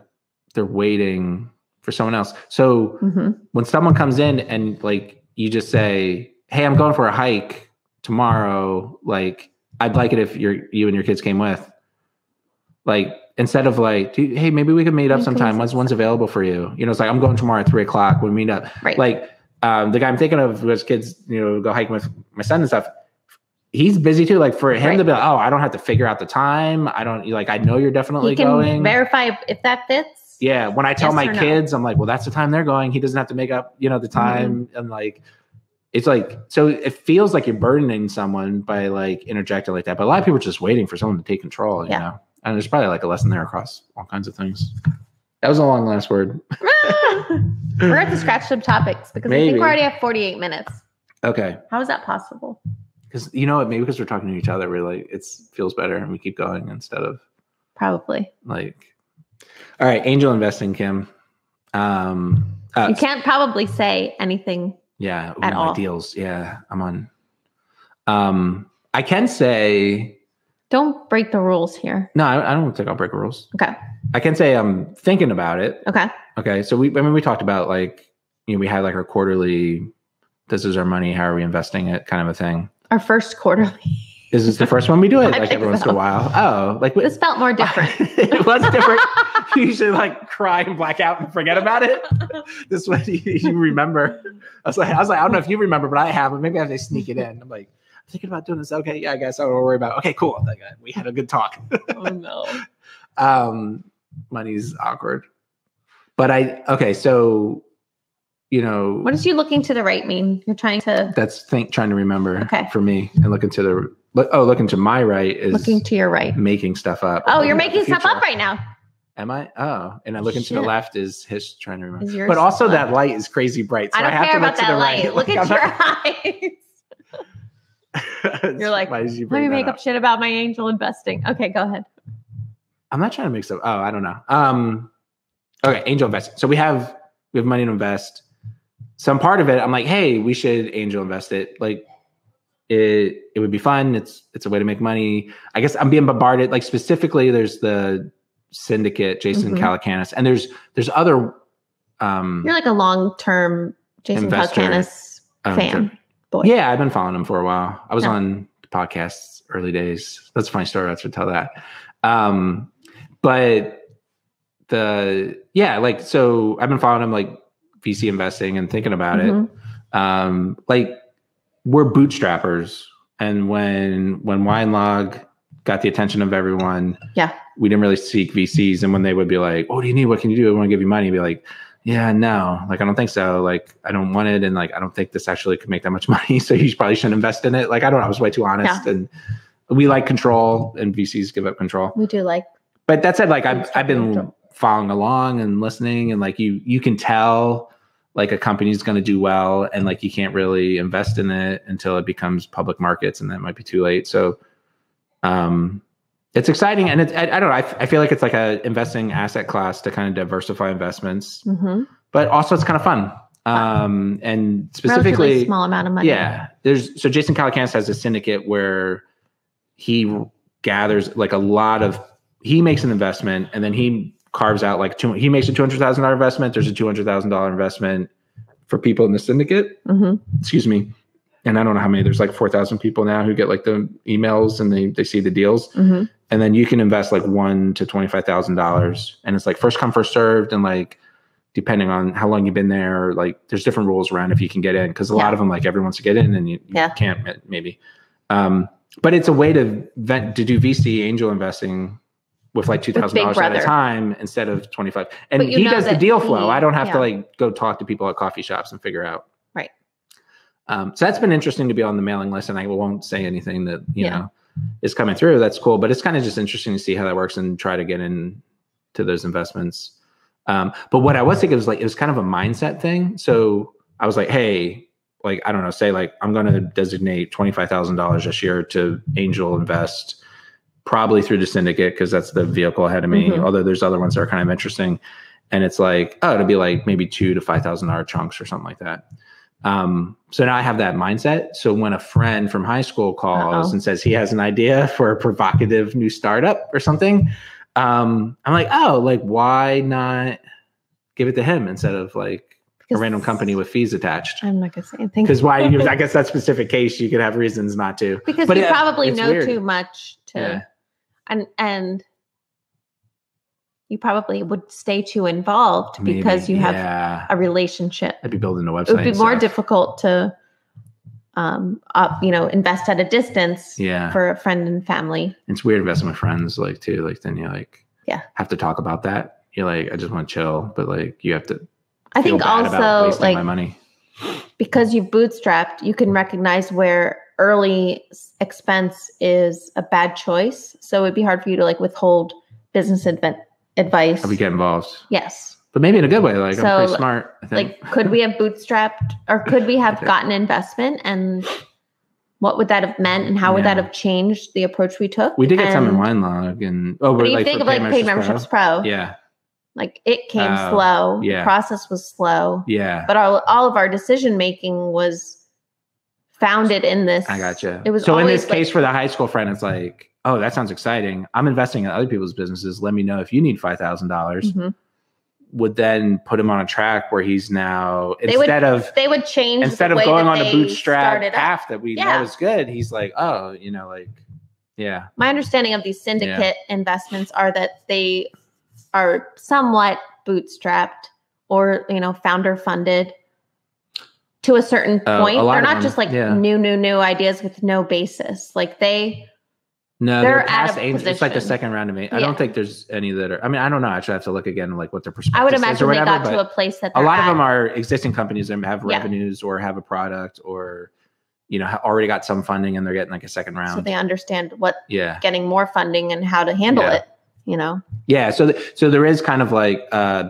S2: they're waiting for someone else. So
S1: Mhm.
S2: when someone comes in and like you just say, "Hey, I'm going for a hike tomorrow. Like, I'd like it if your you and your kids came with." Like instead of like, "Do- "Hey, maybe we could meet up
S1: We could
S2: sometime.
S1: meet
S2: When's one's available for you?" You know, it's like I'm going tomorrow at three o'clock. We meet up.
S1: Right.
S2: Like um, the guy I'm thinking of, was kids, you know, go hiking with my son and stuff. He's busy too. Like for him
S1: Right.
S2: to be like, "Oh, I don't have to figure out the time. I don't like. I know you're definitely
S1: he can
S2: going."
S1: verify if- if that fits.
S2: Yeah, when I tell
S1: Yes
S2: my
S1: or no? Mm-hmm.
S2: kids, I'm like, well, that's the time they're going. He doesn't have to make up, you know, the time. And like, it's like, so it feels like you're burdening someone by like interjecting like that. But a lot of people are just waiting for someone to take control, you
S1: Yeah.
S2: know? And there's probably like a lesson there across all kinds of things. That was a long last word.
S1: We're gonna have to scratch some topics because I think
S2: Maybe.
S1: we already have 48 minutes.
S2: Okay.
S1: How is that possible?
S2: Because you know what? Maybe because we're talking to each other, we're like, it feels better and we keep going instead of
S1: Probably.
S2: like, all right, angel investing, Kim. Um, uh,
S1: You can't probably say anything.
S2: Yeah, ooh,
S1: at
S2: my
S1: all.
S2: deals. Yeah, I'm on. Um, I can say
S1: Don't break the rules here.
S2: no. I, I don't think I'll break rules.
S1: Okay.
S2: I can say I'm thinking about it.
S1: Okay.
S2: Okay, so we. I mean, we talked about like you know we had like our quarterly. This is our money. How are we investing it? Kind of a thing.
S1: Our first quarterly.
S2: Is this the first one we do
S1: I
S2: it like
S1: think
S2: every once in
S1: so.
S2: a while? Oh, like
S1: This felt more different.
S2: it was different. you usually like cry and black out and forget about it. This one you, you remember. I was like, I was like, I don't know if you remember, but I have. But maybe I have to sneak it in. I'm like, I'm thinking about doing this. Okay, yeah, I guess I don't worry about. Okay, cool. Like, uh, we had a good talk.
S1: oh no.
S2: Um, money's awkward, but I okay. So, you know,
S1: What does you looking to the right mean? You're trying to
S2: that's think trying to remember
S1: Okay.
S2: for me and looking to the look, oh looking to my right is
S1: looking to your right.
S2: making stuff up.
S1: Oh, you're
S2: Looking at the
S1: making stuff
S2: future.
S1: up right now.
S2: Am I? Oh, and I look into the
S1: Shit.
S2: left is his trying to
S1: Is
S2: remember.
S1: yours
S2: But also
S1: left?
S2: that light is crazy bright. So I,
S1: I don't
S2: have
S1: care
S2: to look to the right.
S1: about that light. Look
S2: Like,
S1: at
S2: I'm not-
S1: your eyes. You're like,
S2: Why did you
S1: Let me
S2: bring that
S1: make
S2: up?
S1: up shit about my angel investing. Okay, go ahead.
S2: I'm not trying to mix up. Oh, I don't know. Um, okay, angel investing. So we have we have money to invest. Some part of it, I'm like, hey, we should angel invest it. Like, it it would be fun. It's it's a way to make money. I guess I'm being bombarded. Like specifically, there's the syndicate, Jason
S1: Mhm.
S2: Calacanis, and there's there's other. Um,
S1: You're like a long term Jason
S2: Investor.
S1: Calcanis
S2: um,
S1: fan. Boy.
S2: Yeah, I've been following him for a while. I was
S1: Yeah.
S2: on podcasts early days. That's a funny story. I should tell that. Um, but the yeah, like so, I've been following him like VC investing and thinking about it
S1: Mhm.
S2: um, like we're bootstrappers and when when winelog got the attention of everyone
S1: Yeah.
S2: we didn't really seek vcs and when they would be like oh, what do you need what can you do i want to give you money I'd be like yeah no like i don't think so like i don't want it and like i don't think this actually could make that much money so you probably shouldn't invest in it like i don't know i was way too honest and we like control and vcs give up control
S1: We do like
S2: but that said like I've,
S1: Constructive
S2: I've been
S1: control.
S2: following along and listening and like you you can tell like a company's going to do well and like you can't really invest in it until it becomes public markets and that might be too late so um it's exciting and it's i, I don't know I, f- I feel like it's like a investing asset class to kind of diversify investments
S1: mhm,
S2: but also it's kind of fun um and
S1: relatively
S2: specifically
S1: small amount of money.
S2: yeah, there's so Jason Calacanis has a syndicate where he gathers like a lot of he makes an investment and then he carves out like two he makes a two hundred thousand dollar investment. There's a two hundred thousand dollar investment for people in the syndicate.
S1: hmm
S2: Excuse me. And I don't know how many. There's like four thousand people now who get like the emails and they they see the deals.
S1: hmm
S2: And then you can invest like one to twenty five thousand dollars. And it's like first come first served and like depending on how long you've been there, like there's different rules around if you can get in because a lot
S1: Yeah.
S2: of them like everyone wants to get in and you, you
S1: Yeah.
S2: can't ma- maybe. Um, but it's a way to vent, to do VC angel investing with like two
S1: Big
S2: thousand dollars at a
S1: Brother.
S2: time instead of twenty five. And
S1: But you
S2: he
S1: know
S2: does the
S1: that
S2: deal
S1: he-
S2: flow. I don't have
S1: yeah.
S2: to like go talk to people at coffee shops and figure out.
S1: Right.
S2: Um, so that's been interesting to be on the mailing list, and I won't say anything that you
S1: Yeah.
S2: know is coming through. That's cool, but it's kind of just interesting to see how that works and try to get in to those investments. Um, but what I was thinking was like it was kind of a mindset thing. So I was like, hey, like I don't know, say like I'm going to designate twenty five thousand dollars this year to angel invest, probably through the syndicate because that's the vehicle ahead of me.
S1: Mhm.
S2: Although there's other ones that are kind of interesting, and it's like oh, it'll be like maybe two to five thousand dollar chunks or something like that. Um, so now I have that mindset. So when a friend from high school calls
S1: Uh-oh.
S2: and says he has an idea for a provocative new startup or something, um, I'm like, oh, like why not give it to him instead of like a random company with fees attached?
S1: I'm not gonna say anything
S2: Because why? You, I guess that specific case, you could have reasons not to.
S1: because
S2: But
S1: you
S2: it-
S1: probably
S2: it's
S1: know
S2: weird.
S1: too much to
S2: Yeah.
S1: and and you probably would stay too involved because
S2: Maybe,
S1: you have
S2: yeah,
S1: a relationship
S2: I'd be building a website.
S1: it would be
S2: and
S1: more
S2: stuff.
S1: difficult to um up you know invest at a distance
S2: Yeah,
S1: for a friend and family
S2: it's weird investing with friends, like too. Like then you like,
S1: Yeah.
S2: have to talk about that. You're like, I just want to chill, but like you have to.
S1: i
S2: feel
S1: think
S2: bad about
S1: also
S2: wasting
S1: like
S2: my money.
S1: because you've bootstrapped you can recognize where early s- expense is a bad choice so it'd be hard for you to like withhold business adv- advice
S2: How we get involved,
S1: yes
S2: but maybe in a good way. Like I'm
S1: So,
S2: pretty smart. I think.
S1: like could we have bootstrapped or could we have
S2: Okay.
S1: gotten investment and what would that have meant and how would that
S2: Yeah.
S1: have changed the approach we took
S2: we did get some in
S1: And
S2: wine log and oh,
S1: um, what
S2: we're
S1: do you
S2: like
S1: think
S2: for
S1: of like paid
S2: memberships
S1: memberships
S2: Pro?
S1: pro,
S2: Yeah,
S1: like it came
S2: Oh,
S1: slow
S2: yeah.
S1: the process was slow
S2: yeah.
S1: but all, all of our decision making was founded in this
S2: I gotcha.
S1: it was
S2: so in
S1: always,
S2: this
S1: like-
S2: case for the high school friend, it's like, oh, that sounds exciting. I'm investing in other people's businesses. Let me know if you need five thousand dollars.
S1: Mhm.
S2: Would then put him on a track where he's now
S1: They would-
S2: instead of
S1: they would change
S2: instead
S1: the
S2: of
S1: way
S2: going
S1: that
S2: on the
S1: they
S2: bootstrap
S1: started up.
S2: path that we
S1: Yeah.
S2: know is good, he's like, oh, you know, like, yeah,
S1: my understanding of these syndicate investments are that they are somewhat bootstrapped or you know founder funded to a certain
S2: Oh, a
S1: point
S2: lot
S1: they're
S2: of
S1: not
S2: them,
S1: just like
S2: yeah.
S1: new new new ideas with no basis like they
S2: no,
S1: They're
S2: they're,
S1: out of
S2: past angels. It's like the
S1: position.
S2: second round of me. I
S1: Yeah.
S2: don't think there's any that are. I mean, I don't know. I should have to look again, like what their perspective
S1: i would
S2: is or
S1: imagine
S2: whatever.
S1: they got
S2: but
S1: to a place that
S2: a
S1: they're
S2: lot of
S1: at.
S2: them are existing companies that have
S1: Yeah.
S2: revenues or have a product or you know ha- already got some funding and they're getting like a second round
S1: so they understand what
S2: yeah
S1: getting more funding and how to handle
S2: Yeah.
S1: it you know
S2: yeah so th- so there is kind of like uh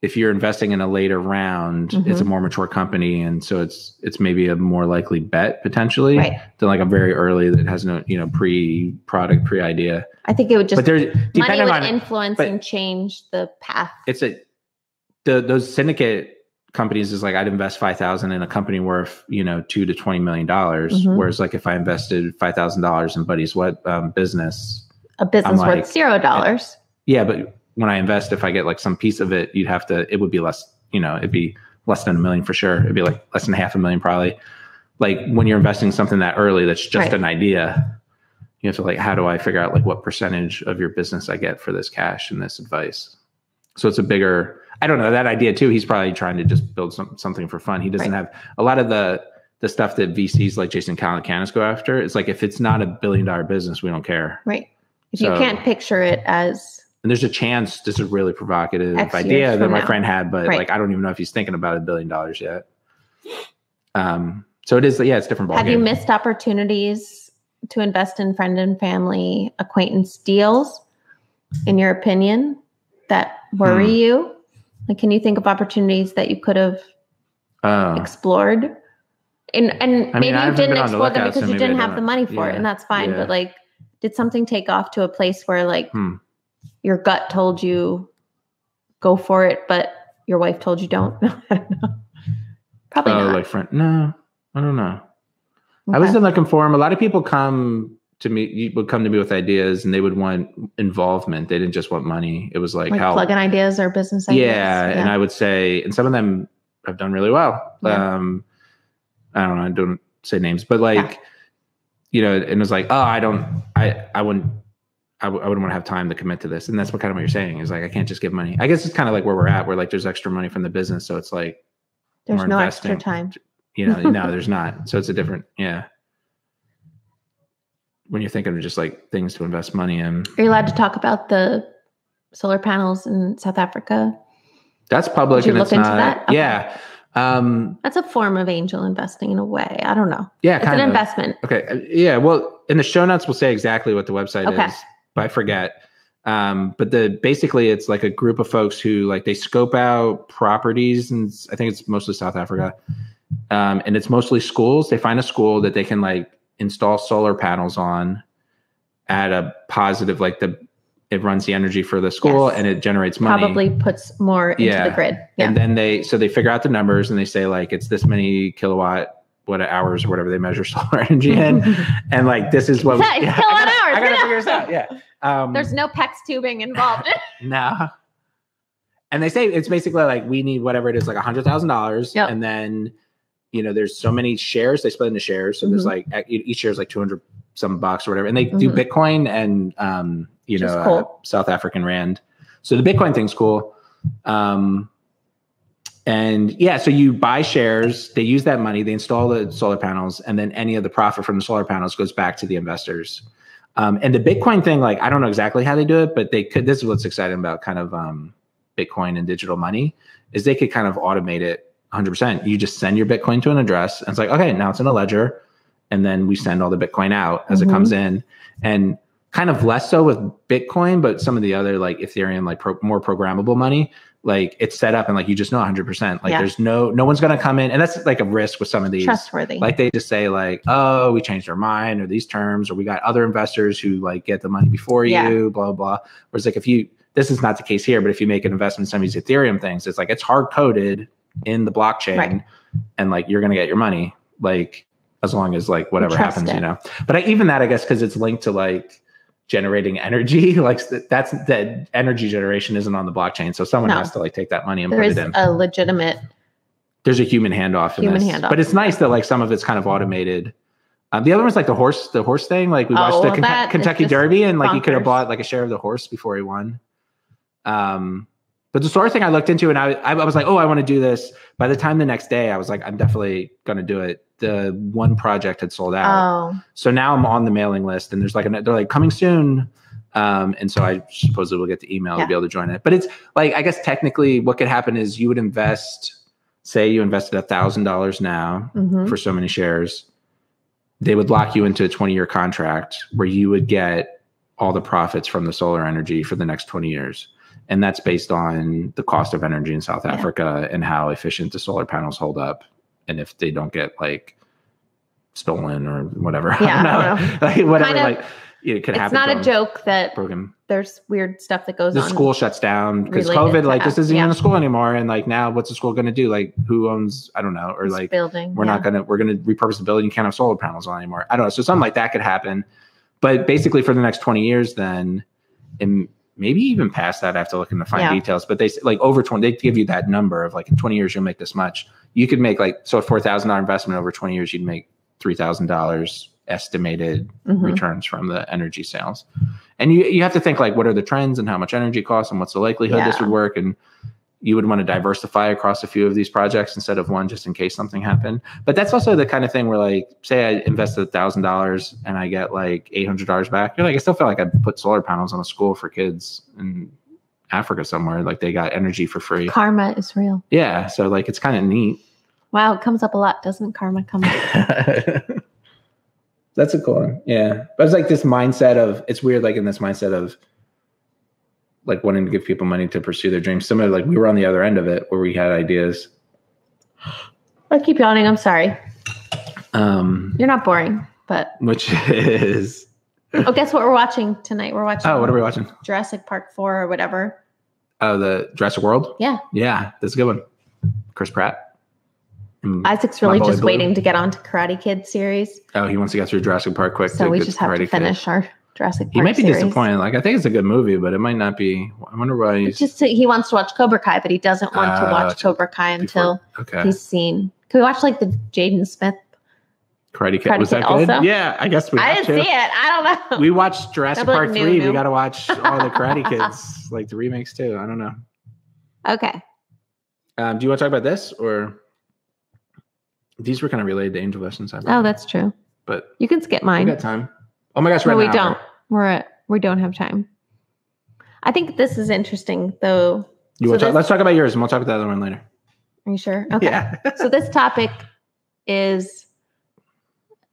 S2: if you're investing in a later round,
S1: Mhm.
S2: it's a more mature company, and so it's it's maybe a more likely bet potentially
S1: Right.
S2: than like a very early that has no you know pre product pre idea.
S1: I think it would just
S2: But there's
S1: money
S2: depending
S1: would
S2: on
S1: influence
S2: but-
S1: and change the path.
S2: it's a the those syndicate companies is like I'd invest five thousand in a company worth you know two to twenty million dollars,
S1: Mhm.
S2: whereas like if I invested five thousand dollars in Buddy's what um, business,
S1: A business
S2: like-
S1: worth zero dollars.
S2: yeah, but when I invest, if I get like some piece of it, you'd have to. It would be less, you know, it'd be less than a million for sure. It'd be like less than half a million probably. Like when you're investing something that early, that's just
S1: Right.
S2: an idea. You have to like, how do I figure out like what percentage of your business I get for this cash and this advice? So it's a bigger. I don't know that idea too. He's probably trying to just build some, something for fun. He doesn't
S1: Right.
S2: have a lot of the the stuff that VCs like Jason Calacanis go after. It's like if it's not a billion dollar business, we don't care.
S1: Right. If you
S2: So-
S1: can't picture it as
S2: And there's a chance this is a really provocative
S1: X years
S2: idea that
S1: from
S2: my
S1: now.
S2: friend had, but
S1: Right.
S2: like I don't even know if he's thinking about a billion dollars yet. Um, so it is, yeah, it's a different
S1: have you
S2: ballgame.
S1: missed opportunities to invest in friend and family acquaintance deals, in your opinion, that worry
S2: Hmm.
S1: you? Like can you think of opportunities that you could have
S2: Oh,
S1: explored? And and
S2: I mean,
S1: maybe
S2: I
S1: you
S2: haven't been
S1: didn't
S2: on the
S1: explore them
S2: lookout, so
S1: because you
S2: maybe I
S1: didn't have
S2: don't-
S1: the money for it,
S2: yeah,
S1: and that's fine.
S2: yeah.
S1: But like, did something take off to a place where like
S2: Hmm.
S1: your gut told you go for it, but your wife told you don't? Probably
S2: oh
S1: not.
S2: like friend? No, I don't know. I was
S1: Okay.
S2: in looking for him. A lot of people come to me, you would come to me with ideas, and they would want involvement. They didn't just want money. It was like,
S1: like
S2: help.
S1: plug-in ideas or business
S2: yeah,
S1: ideas.
S2: and I would say, and some of them have done really well.
S1: Yeah.
S2: Um, I don't know, I don't say names, but like, you know, and it was like, oh, I don't, I, I wouldn't, I, w- I wouldn't want to have time to commit to this, and that's what kind of what you're saying is like, I can't just give money. I guess it's kind of like where we're at, where like there's extra money from the business, so it's like,
S1: There's
S2: we're
S1: no
S2: investing.
S1: extra time.
S2: you know, no, there's not, so it's a different, yeah. When you're thinking of just like things to invest money in,
S1: Are you allowed to talk about the solar panels in South Africa?
S2: that's public,
S1: Did you
S2: and it's
S1: look into
S2: not,
S1: that? Okay.
S2: yeah, um,
S1: That's a form of angel investing in a way. I don't know.
S2: yeah,
S1: It's
S2: kind of.
S1: an investment.
S2: Okay. uh, Yeah. Well, in the show notes, we'll say exactly what the website
S1: Okay.
S2: is, but I forget. Um, but the basically, it's like a group of folks who like they scope out properties, and I think it's mostly South Africa, um, and it's mostly schools. They find a school that they can like install solar panels on at a positive, like the it runs the energy for the school
S1: Yes.
S2: and it generates money.
S1: Probably puts more into
S2: Yeah.
S1: the grid. Yeah.
S2: And then they so they figure out the numbers and they say like it's this many kilowatt what hours or whatever they measure solar energy in and like this is what
S1: Yeah, it's
S2: yeah,
S1: kilowatt
S2: I gotta, I
S1: hours,
S2: gotta
S1: yeah.
S2: figure this out. Yeah. Um,
S1: There's no PEX tubing involved.
S2: no. And they say it's basically like we need whatever it is, like a hundred thousand dollars,
S1: Yep.
S2: and then you know there's so many shares they split into shares, so there's
S1: Mhm.
S2: like e- each share is like two hundred some bucks or whatever, and they do
S1: Mhm.
S2: Bitcoin and um, you
S1: Which is
S2: know uh,
S1: cool.
S2: South African rand. So the Bitcoin thing's cool. Um, and yeah, so you buy shares, they use that money, they install the solar panels, and then any of the profit from the solar panels goes back to the investors. Um, and the Bitcoin thing, like I don't know exactly how they do it, but they could. This is what's exciting about kind of um, Bitcoin and digital money is they could kind of automate it 100%. You just send your Bitcoin to an address, and it's like, okay, now it's in a ledger, and then we send all the Bitcoin out as
S1: Mhm.
S2: it comes in, and kind of less so with Bitcoin, but some of the other like Ethereum, like pro- more programmable money, like it's set up and like you just know 100%. Like
S1: Yeah.
S2: there's no no one's gonna come in, and that's like a risk with some of these
S1: Trustworthy.
S2: like they just say like oh we changed our mind or these terms or we got other investors who like get the money before
S1: Yeah.
S2: you blah blah whereas like if you this is not the case here but if you make an investment in some of these ethereum things it's like it's hard coded in the blockchain
S1: Right.
S2: and like you're gonna get your money like as long as like whatever
S1: trust
S2: happens
S1: it.
S2: you know but I, even that i guess because it's linked to like generating energy like s- that's that energy generation isn't on the blockchain so someone
S1: No.
S2: has to like take that money and
S1: there
S2: put
S1: is
S2: it in
S1: a legitimate
S2: there's a human handoff in
S1: Human
S2: this.
S1: handoff.
S2: But it's nice that like some of it's kind of automated. Um, the other one's like the horse, the horse thing. Like we
S1: Oh,
S2: watched the
S1: well,
S2: Ken-
S1: that is
S2: Kentucky
S1: just
S2: Derby, and like he could have
S1: bonkers.
S2: bought like a share of the horse before he won. Um, but the solar thing I looked into, and I I was like, oh, I want to do this. By the time the next day, I was like, I'm definitely gonna do it. The one project had sold out,
S1: oh
S2: so now I'm on the mailing list, and there's like an, they're like coming soon. Um, and so I supposedly will get the email
S1: Yeah.
S2: to be able to join it. But it's like I guess technically what could happen is you would invest, say you invested a thousand dollars now
S1: mhm.
S2: for so many shares, they would lock you into a 20 year contract where you would get all the profits from the solar energy for the next 20 years. and that's based on the cost of energy in South Africa and how efficient the solar panels hold up, and if they don't get like stolen or whatever.
S1: Yeah,
S2: I
S1: I don't
S2: don't know. like whatever,
S1: Kind
S2: like it could
S1: It's
S2: happen.
S1: not
S2: to
S1: a
S2: them.
S1: joke that
S2: Broken.
S1: there's weird stuff that goes
S2: The
S1: on.
S2: school shuts down because
S1: related
S2: COVID.
S1: to
S2: Like this
S1: that,
S2: isn't
S1: yeah.
S2: even a school anymore, and like now, what's the school going to do? Like who owns? I don't know. Or
S1: this
S2: like
S1: building.
S2: we're not gonna we're gonna repurpose the building. You can't have solar panels on anymore. I don't know. So something like that could happen. But basically, for the next twenty years, then, and maybe even past that, I have to look into fine
S1: Yeah.
S2: details. But they s- like over twenty, they give you that number of like in twenty years you'll make this much. You could make like so a four thousand dollar investment over twenty years, you'd make three thousand dollars estimated
S1: gonna.
S2: returns from the energy sales. And you you have to think like what are the trends and how much energy costs and what's the likelihood this
S1: Yeah.
S2: would work and you would want to diversify across a few of these projects instead of one just in case something happened. But that's also the kind of thing where like say I invested thousand dollars and I get like eight hundred dollars back. You're like I still feel like I put solar panels on a school for kids in Africa somewhere. Like they got energy for free.
S1: Karma is real.
S2: Yeah. So like it's kind of neat.
S1: Wow, it comes up a lot, doesn't karma come up?
S2: That's a cool one. Yeah. But it's like this mindset of it's weird, like in this mindset of like wanting to give people money to pursue their dreams. Similar, like we were on the other end of it where we had ideas.
S1: I keep yawning. I'm sorry.
S2: Um
S1: You're not boring, but
S2: which is
S1: oh, guess what we're watching tonight? We're watching
S2: oh, what are we watching?
S1: Jurassic Park 4 or whatever.
S2: Oh, the Jurassic World?
S1: Yeah.
S2: Yeah, that's a good one. Chris Pratt. Mm.
S1: Isaac's
S2: My
S1: really
S2: boy
S1: just
S2: Blue.
S1: waiting to get on to Karate Kid series.
S2: oh, he wants to get through Jurassic Park quick.
S1: So
S2: to
S1: we
S2: get
S1: just have
S2: Karate
S1: to
S2: Kid.
S1: finish our Jurassic Park
S2: He might be
S1: series.
S2: disappointed. Like I think it's a good movie, but it might not be. I wonder why.
S1: It's
S2: He's,
S1: just that he wants to watch Cobra Kai, but he doesn't want to
S2: Ah,
S1: watch
S2: to-
S1: Cobra Kai until
S2: okay.
S1: he's seen. Can we watch like the Jaden Smith?
S2: Karate Kid.
S1: Karate
S2: was
S1: Kid
S2: that good?
S1: also?
S2: Yeah, I guess we.
S1: I
S2: have
S1: didn't
S2: to.
S1: see it. I don't know.
S2: We watched Jurassic
S1: That'd be
S2: Part
S1: like new,
S2: three.
S1: new.
S2: We got to watch all the Karate Kids, like the remakes too. I don't know.
S1: okay.
S2: Um, do you want to talk about this or these were kind of related to Angel Lessons? I
S1: Oh, that's true.
S2: but
S1: You can skip
S2: we
S1: mine.
S2: got time. Oh my gosh,
S1: no,
S2: right
S1: we
S2: now.
S1: don't. We're at, we don't have time. I think this is interesting, though.
S2: You want to
S1: So
S2: talk,
S1: this-
S2: let's talk about yours, and we'll talk about the other one later.
S1: Are you sure? Okay.
S2: Yeah.
S1: so this topic is,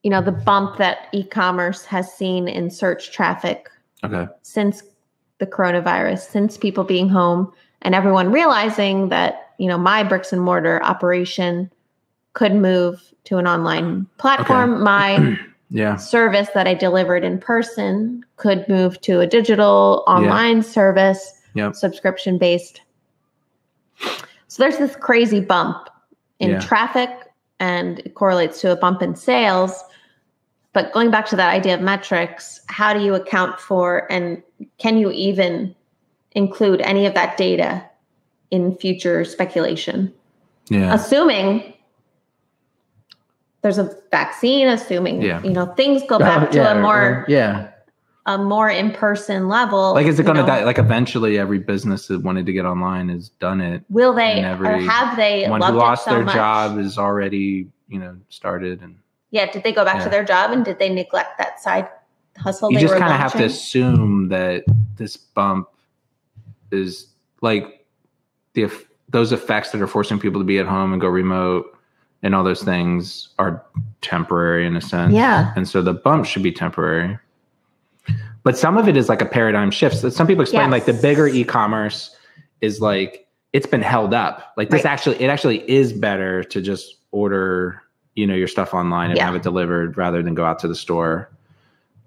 S1: you know, the bump that e-commerce has seen in search traffic
S2: okay.
S1: since the coronavirus, since people being home and everyone realizing that, you know, my bricks and mortar operation could move to an online platform. My
S2: Yeah.
S1: service that I delivered in person could move to a digital online service,
S2: Yep.
S1: subscription based. So there's this crazy bump in
S2: Yeah.
S1: traffic and it correlates to a bump in sales. But going back to that idea of metrics, how do you account for and can you even include any of that data in future speculation?
S2: Yeah.
S1: assuming there's a vaccine assuming
S2: Yeah.
S1: you know things go back to
S2: yeah,
S1: a
S2: or-
S1: more
S2: yeah.
S1: a more in-person level
S2: Like, is it
S1: you
S2: going to
S1: know.
S2: die? Like, eventually, every business that wanted to get online has done it.
S1: will they
S2: and every-
S1: or have they
S2: One
S1: loved
S2: who lost
S1: it so
S2: their
S1: much?
S2: job is already, you know, started and.
S1: yeah did they go back
S2: Yeah.
S1: to their job and did they neglect that side hustle
S2: you
S1: they
S2: just
S1: were
S2: kind of have to
S1: launching?
S2: assume that this bump is like the eff- those effects that are forcing people to be at home and go remote and all those things are temporary in a sense.
S1: Yeah.
S2: And so the bump should be temporary. But some of it is like a paradigm shift. So some people explain like the
S1: Yes.
S2: bigger e-commerce is like it's been held up. Like this
S1: Right.
S2: actually it actually is better to just order, you know, your stuff online and
S1: Yeah.
S2: have it delivered rather than go out to the store.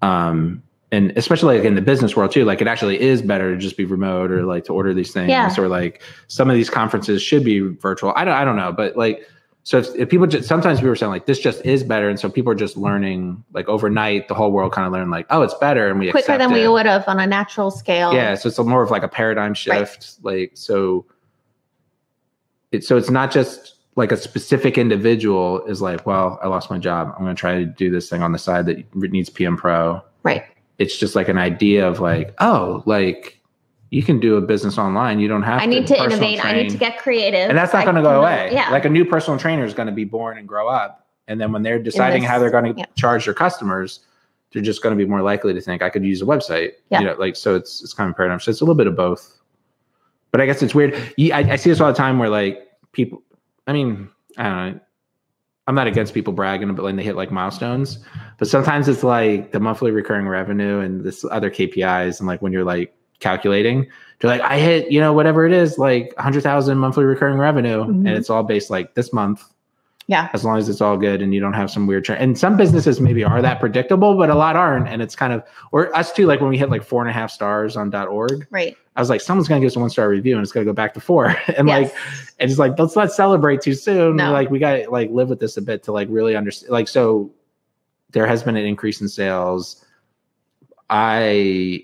S2: Um and especially like in the business world too, like it actually is better to just be remote or like to order these things
S1: Yeah.
S2: or like some of these conferences should be virtual. I don't I don't know, but like so if, if people just sometimes we were saying like this just is better, and so people are just learning like overnight. The whole world kind of learned like oh it's better, and we
S1: quicker
S2: accept
S1: than
S2: it.
S1: we would have on a natural scale
S2: Yeah, so it's a more of like a paradigm shift. Like so, it so it's not just like a specific individual is like well I lost my job. I'm going to try to do this thing on the side that needs PM Pro.
S1: right
S2: It's just like an idea of like oh like you can do a business online. You don't have.
S1: i need to,
S2: to personal
S1: innovate i need
S2: train
S1: to get creative
S2: and that's not
S1: I
S2: going to go
S1: can-
S2: away.
S1: yeah
S2: Like a new personal trainer is going to be born and grow up. And then when they're deciding how
S1: this-
S2: they're going to
S1: yeah.
S2: charge their customers, they're just going to be more likely to think I could use a website.
S1: Yeah.
S2: You know, like, so it's, it's kind of paradigm. So it's a little bit of both, but I guess it's weird. You, I, I see this all the time where like people, I mean, I don't know. Uh, I'm not against people bragging, but when they hit like milestones, but sometimes it's like the monthly recurring revenue and this other KPIs. And like when you're like calculating. They're like, I hit, you know, whatever it is, like 100,000 monthly recurring revenue. And
S1: Mhm.
S2: it's all based like this month,
S1: Yeah.
S2: as long as it's all good and you don't have some weird trend. And some businesses maybe are that predictable, but a lot aren't. And it's kind of, or us too, like when we hit like four and a half stars on .org,
S1: Right.
S2: I was like, someone's going to give us a one star review and it's going to go back to four. And like,
S1: Yes.
S2: and it's like let's not celebrate too soon
S1: No.
S2: like we gotta like live with this a bit to like really understand like so there has been an increase in sales i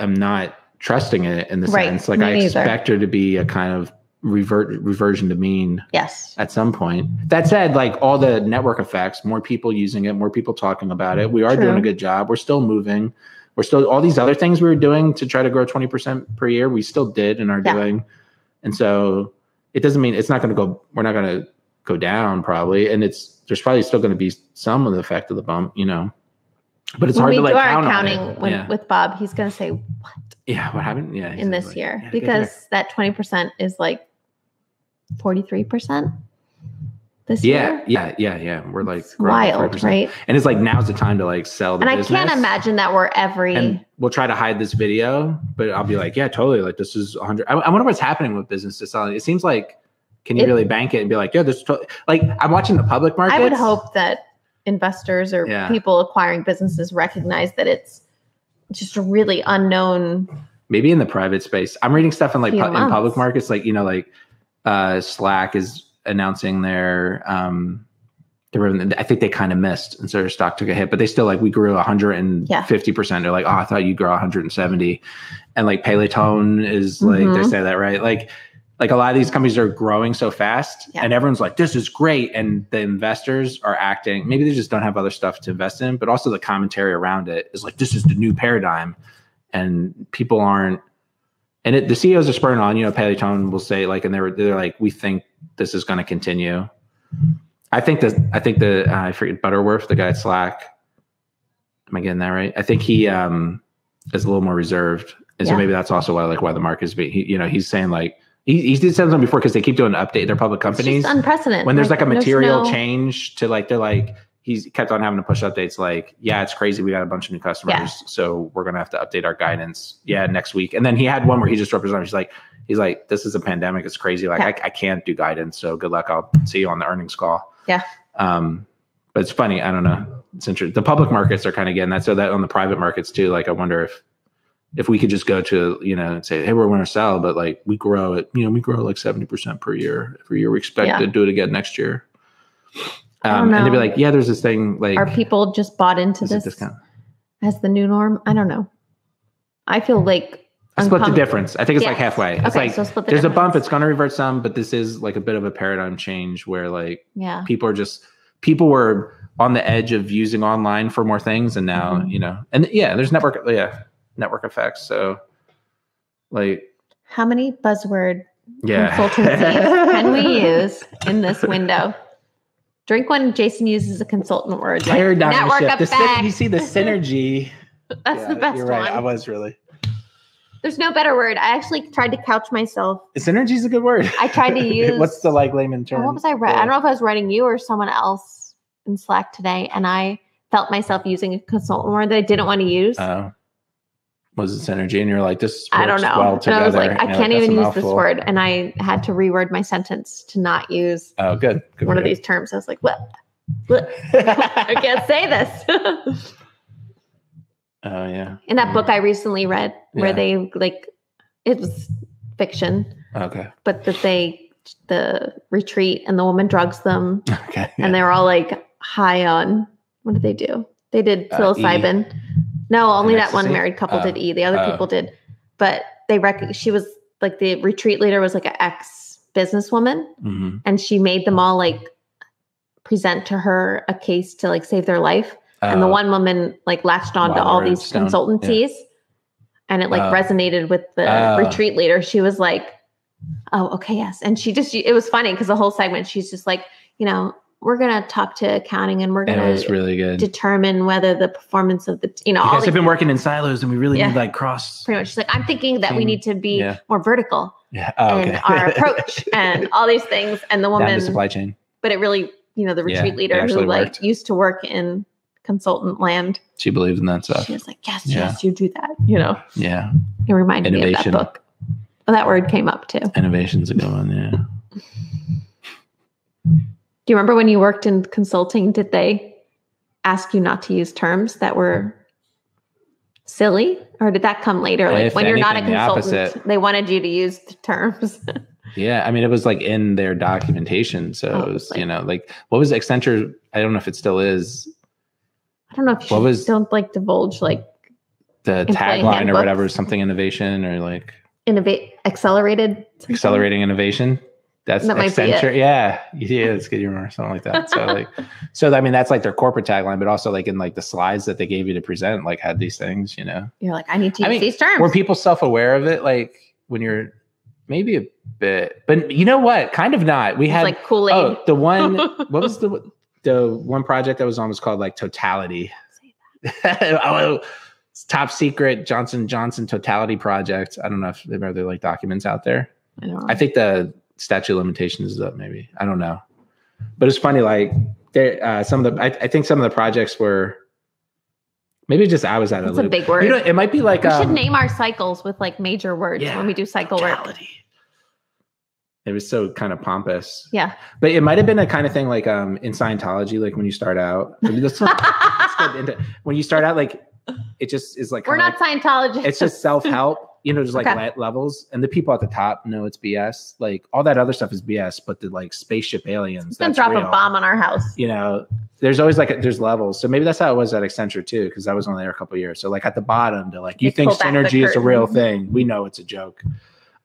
S2: am not trusting it in the
S1: Right.
S2: sense like
S1: Me
S2: i
S1: neither.
S2: expect there to be a kind of revert reversion to mean
S1: yes.
S2: at some point that said like all the network effects more people using it more people talking about it we are doing
S1: True.
S2: a good job we're still moving we're still all these other things we were doing to try to grow 20% per year we still did and are
S1: Yeah.
S2: doing and so it doesn't mean it's not going to go we're not going to go down probably and it's there's probably still going to be some of the effect of the bump you know but it's
S1: when
S2: hard
S1: we
S2: to like
S1: do our
S2: count on it.
S1: accounting when,
S2: yeah.
S1: with Bob, he's going to say
S2: yeah what happened yeah he's
S1: in
S2: gonna be
S1: this
S2: like,
S1: year
S2: "Yeah, good year."
S1: because that 20% is like 43% this
S2: yeah
S1: year.
S2: yeah yeah yeah we're like
S1: It's
S2: growing at
S1: wild,
S2: 3%.
S1: right?
S2: and it's like now's the time to like sell the
S1: And I
S2: business.
S1: can't imagine that we're every
S2: and we'll try to hide this video, but I'll be like, yeah, totally. Like this is 100. I, I wonder what's happening with business to selling. It seems like, can you
S1: It-
S2: really bank it and be like, yeah, this? To-. Like I'm watching the public market.
S1: I would hope that investors or
S2: Yeah.
S1: people acquiring businesses recognize that it's just a really unknown.
S2: maybe in the private space. I'm reading stuff in like
S1: Few
S2: pu- in
S1: months.
S2: public markets, like you know, like uh, Slack is announcing their um, their revenue. I think they kind of missed, and so their stock took a hit, but they still like we grew 150 percent. They're like, oh, I thought you grow 170, and like Peloton is like they
S1: Mhm.
S2: say that right, like. Like a lot of these companies are growing so fast,
S1: Yeah.
S2: and everyone's like, "This is great," and the investors are acting. Maybe they just don't have other stuff to invest in, but also the commentary around it is like, "This is the new paradigm," and people aren't and it, the CEOs are spurring on, you know, Peloton will say like, and they're, they're like, we think this is going to continue. I think the, I think the, uh, I forget Butterworth, the guy at Slack. Am I getting that right? I think he, um, is a little more reserved. And so
S1: Yeah.
S2: maybe that's also why, like why the market is being, he, you know, he's saying like, he, he did something before because they keep doing an update. They're public
S1: It's
S2: companies
S1: just unprecedented.
S2: when there's like a material
S1: no-
S2: change to like they're like he's kept on having to push updates like yeah it's crazy we got a bunch of new customers
S1: Yeah.
S2: so we're gonna have to update our guidance yeah next week and then he had one where he just dropped his arm he's like he's like this is a pandemic it's crazy like I, I can't do guidance so good luck i'll see you on the earnings call
S1: Yeah.
S2: um but it's funny i don't know it's interesting the public markets are kind of getting that so that on the private markets too like i wonder if if we could just go to you know and say hey we're going to sell but like we grow it you know we grow like 70% per year every year we expect
S1: Yeah.
S2: to do it again next year
S1: I
S2: um,
S1: don't
S2: and they'd be
S1: know.
S2: like yeah there's this thing like
S1: Are people just bought into
S2: is it
S1: this
S2: discount
S1: as the new norm? I don't know. I feel like
S2: i split the
S1: uncom-
S2: difference i think it's like
S1: Yes.
S2: halfway it's
S1: okay,
S2: like
S1: so split the
S2: there's a bump
S1: difference.
S2: it's going to revert some but this is like a bit of a paradigm change where like
S1: yeah.
S2: people are just people were on the edge of using online for more things and now
S1: Mhm.
S2: you know and yeah there's network yeah network effects so like
S1: How many buzzword
S2: yeah
S1: consultancies can we use in this window? Drink one Jason uses a consultant word. Like
S2: Paradigm
S1: network
S2: shift. The syn-
S1: effect.
S2: you see the synergy.
S1: That's
S2: Yeah,
S1: the best
S2: You're right. I
S1: one.
S2: was really.
S1: There's no better word. I actually tried to couch myself.
S2: Synergy is a good word.
S1: I tried to use.
S2: What's the like layman term?
S1: What was I writing? I don't know if I was writing you or someone else in Slack today, and I felt myself using a consultant word that I didn't want to use.
S2: Uh, was it synergy? And you're like, this.
S1: I don't
S2: works
S1: know.
S2: Well
S1: and I was
S2: together.
S1: like, I
S2: And you're
S1: can't
S2: that's
S1: even
S2: a
S1: use this
S2: mouthful.
S1: word, and I had to reword my sentence to not use
S2: Oh, good. good
S1: one
S2: for
S1: of
S2: you.
S1: these terms. I was like, what? what? I can't say this.
S2: oh yeah.
S1: in that book I recently read where
S2: Yeah.
S1: they like it was fiction,
S2: Okay.
S1: but that they the retreat and the woman drugs them
S2: Okay.
S1: and they were all like high on what did they do? They did
S2: Uh, E.
S1: psilocybin. no, only that one
S2: ecstasy?
S1: married couple
S2: Oh.
S1: did E. The other
S2: Oh.
S1: people did, but they rec- she was like the retreat leader was like an ex businesswoman,
S2: Mhm.
S1: and she made them all like present to her a case to like save their life and the
S2: Uh,
S1: one woman like latched on to
S2: Wilder
S1: all
S2: and
S1: these
S2: Stone, yeah.
S1: consultancies and it like
S2: Oh.
S1: resonated with the
S2: Oh.
S1: retreat leader she was like oh okay yes and she just it was funny because the whole segment she's just like you know we're gonna talk to accounting and we're
S2: It
S1: gonna
S2: was really good. You
S1: determine whether the performance of the you know all
S2: guys
S1: these,
S2: have been working in silos, and we really
S1: Yeah.
S2: need like cross.
S1: pretty much she's like i'm thinking that we
S2: Team,
S1: need to be
S2: Hmm. yeah.
S1: more vertical
S2: Yeah. Oh,
S1: in our approach and all these things and the
S2: Down to
S1: woman
S2: supply chain.
S1: but it really you know the
S2: Yeah,
S1: retreat
S2: it
S1: leader who
S2: actually
S1: like
S2: worked.
S1: used to work in consultant land.
S2: She believes in that stuff.
S1: She was like, yes,
S2: Yeah.
S1: yes, you do that. You know,
S2: Yeah.
S1: it reminded
S2: Innovation.
S1: me of that book. Well, that word came up too.
S2: Innovation's a good one. Yeah.
S1: Do you remember when you worked in consulting? Did they ask you not to use terms that were silly, or did that come later? Like
S2: If
S1: when you're not a
S2: anything, the
S1: consultant,
S2: opposite.
S1: they wanted you to use the terms.
S2: Yeah, I mean, it was like in their documentation. So,
S1: Oh,
S2: it was,
S1: like-
S2: you know, like what was Accenture? I don't know if it still is
S1: I don't know if you
S2: What was-
S1: should- don't like divulge like
S2: the
S1: Employee
S2: tagline or
S1: handbook.
S2: whatever, something innovation or like
S1: innovate accelerated something?
S2: accelerating innovation. That's
S1: That might be
S2: Accenture. Yeah. Yeah. It's good humor or something like that. So, like, so I mean, that's like their corporate tagline, but also like in like the slides that they gave you to present, like had these things, you know,
S1: You're like, I need to use
S2: I mean,
S1: these terms.
S2: were people self aware of it? Like when you're maybe a bit, but you know what? Kind of not. We
S1: it's
S2: had
S1: like Kool Aid.
S2: Oh, the one. what was the the one project I was on was called like Totality. oh, it's top secret Johnson Johnson Totality project. I don't know if there are there like documents out there.
S1: I, don't know.
S2: I think the statute of limitations is up. Maybe I don't know, but it's funny. Like there, uh, some of the I, I think some of the projects were maybe just I was out of
S1: That's
S2: the
S1: a
S2: loop.
S1: big word.
S2: You know, it might be like
S1: we
S2: um,
S1: should name our cycles with like major words
S2: Yeah.
S1: when we do cycle work.
S2: totality. It was so kind of pompous.
S1: Yeah.
S2: But it might have been a kind of thing like um in Scientology, like when you start out. I mean, that's not- let's get into- when you start out, like it just is like
S1: We're
S2: kinda
S1: not Scientologists.
S2: like- it's just self help, you know, just like
S1: Okay.
S2: le- levels. And the people at the top know it's BS. Like all that other stuff is BS, but the like spaceship aliens.
S1: gonna
S2: That's
S1: drop
S2: real.
S1: a bomb on our house.
S2: You know, there's always like there's levels. So maybe that's how it was at Accenture too, because I was only there a couple years. So like at the bottom, they're like, you
S1: They
S2: think
S1: pull back the
S2: synergy is a
S1: curtain.
S2: real thing? We know it's a joke.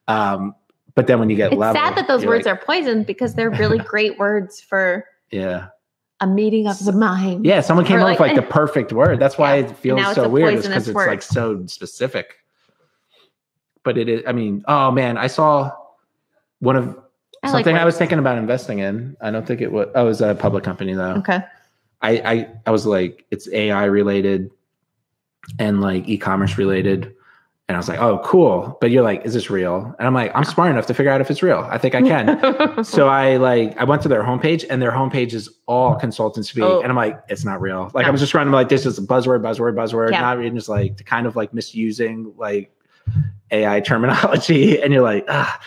S2: Um, but then when you get
S1: It's
S2: level,
S1: sad that those
S2: you're
S1: words
S2: like,
S1: are poisoned because they're really great words for
S2: yeah.
S1: a meeting of the mind.
S2: Yeah, someone came
S1: Or
S2: up
S1: like-
S2: with like the perfect word. That's why
S1: Yeah,
S2: it feels
S1: now it's
S2: so
S1: a
S2: weird is
S1: poisonous
S2: because it's
S1: word.
S2: like so specific. But it is. I mean, oh man, I saw one of
S1: I like
S2: something I
S1: words.
S2: was thinking about investing in. I don't think it was. Oh, it was a public company though.
S1: Okay.
S2: I, I I was like, it's AI related and like e-commerce related. And I was like, oh, cool. But you're like, is this real? And I'm like, I'm smart enough to figure out if it's real. I think I can. So I like I went to their homepage and their homepage is all consultant speak,
S1: Oh.
S2: and I'm like, it's not real. Like
S1: No.
S2: I was just running like this is a buzzword, buzzword, buzzword,
S1: Yeah.
S2: not reading just like kind of like misusing like AI terminology, and you're like, ah.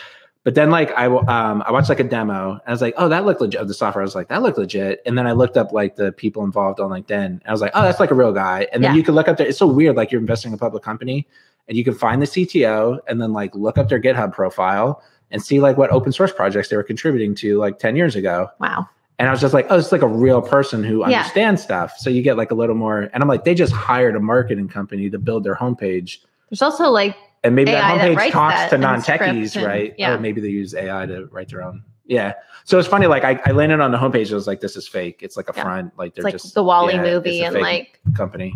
S2: But then like I wa- um I watched like a demo, and I was like, oh, that looked legit of the software. I was like, that looked legit, and then I looked up like the people involved on LinkedIn, and I was like, oh, that's like a real guy, and then
S1: Yeah.
S2: you can look up there. It's so weird, like you're investing in a public company. And you can find the CTO and then like look up their GitHub profile and see like what open source projects they were contributing to like 10 years ago.
S1: wow.
S2: And I was just like, oh, it's like a real person who
S1: Yeah.
S2: understands stuff. So you get like a little more. And I'm like, they just hired a marketing company to build their homepage.
S1: There's also like
S2: And maybe
S1: AI
S2: that
S1: that
S2: homepage
S1: writes
S2: talks
S1: that
S2: to
S1: and
S2: non techies,
S1: scripts and-
S2: right?
S1: yeah.
S2: Or maybe they use AI to write their own. Yeah. So it's funny. Like I, I landed on the homepage. I was like, this is fake. It's like a
S1: Yeah.
S2: front. Like
S1: it's
S2: they're
S1: like
S2: just
S1: the Wally
S2: yeah,
S1: movie
S2: it's a
S1: and
S2: fake
S1: like
S2: company.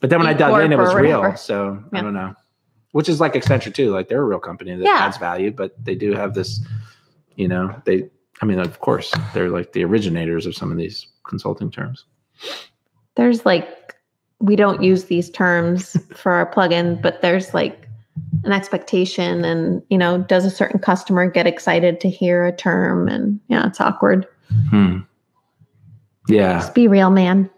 S2: But then when I dug
S1: E-Corp
S2: in, it was
S1: or
S2: real.
S1: whatever.
S2: So
S1: Yeah.
S2: I don't know. Which is like Accenture too. Like they're a real company that
S1: Yeah.
S2: adds value, but they do have this, you know, they I mean, of course, they're like the originators of some of these consulting terms.
S1: there's like we don't use these terms for our plugin, but there's like an expectation and you know, does a certain customer get excited to hear a term and yeah, it's awkward.
S2: Hmm. Yeah.
S1: Just be real, man.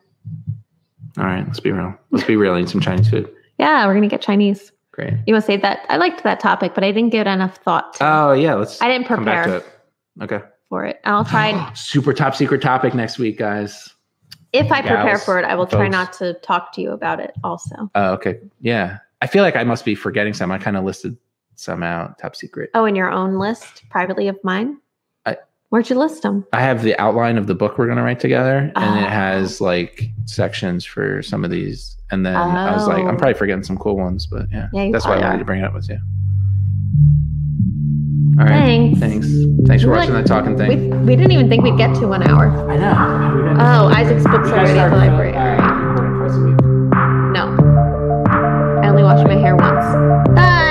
S2: All right. Let's be real. Let's be real. Eat some Chinese food.
S1: Yeah, we're gonna get Chinese.
S2: Great.
S1: You wanna say that I liked that topic, but I didn't give it enough thought to-
S2: Oh yeah. Let's
S1: I didn't
S2: come back to
S1: prepare
S2: it. Okay.
S1: for it. I'll try
S2: Super top secret topic next week, guys.
S1: if I prepare
S2: Gals,
S1: for it, I will try
S2: folks.
S1: not to talk to you about it also.
S2: Oh, okay. Yeah. I feel like I must be forgetting some. I kind of listed some out. Top secret.
S1: Oh, in your own list, privately of mine?
S2: I-
S1: Where'd you list them?
S2: I have the outline of the book we're going to write together, and
S1: Oh.
S2: it has like sections for some of these. And then I was like,
S1: Oh.
S2: I'm probably forgetting some cool ones, but yeah,
S1: Yeah, you
S2: that's why I
S1: probably
S2: wanted
S1: are.
S2: to bring it up with you. All right,
S1: Thanks.
S2: thanks, thanks, for
S1: We're
S2: watching
S1: like-
S2: that talking
S1: We,
S2: thing.
S1: we didn't even think we'd get to one hour.
S2: I know.
S1: Oh, Isaac's books are already at the library. All right. No. I only washed my hair once. Bye.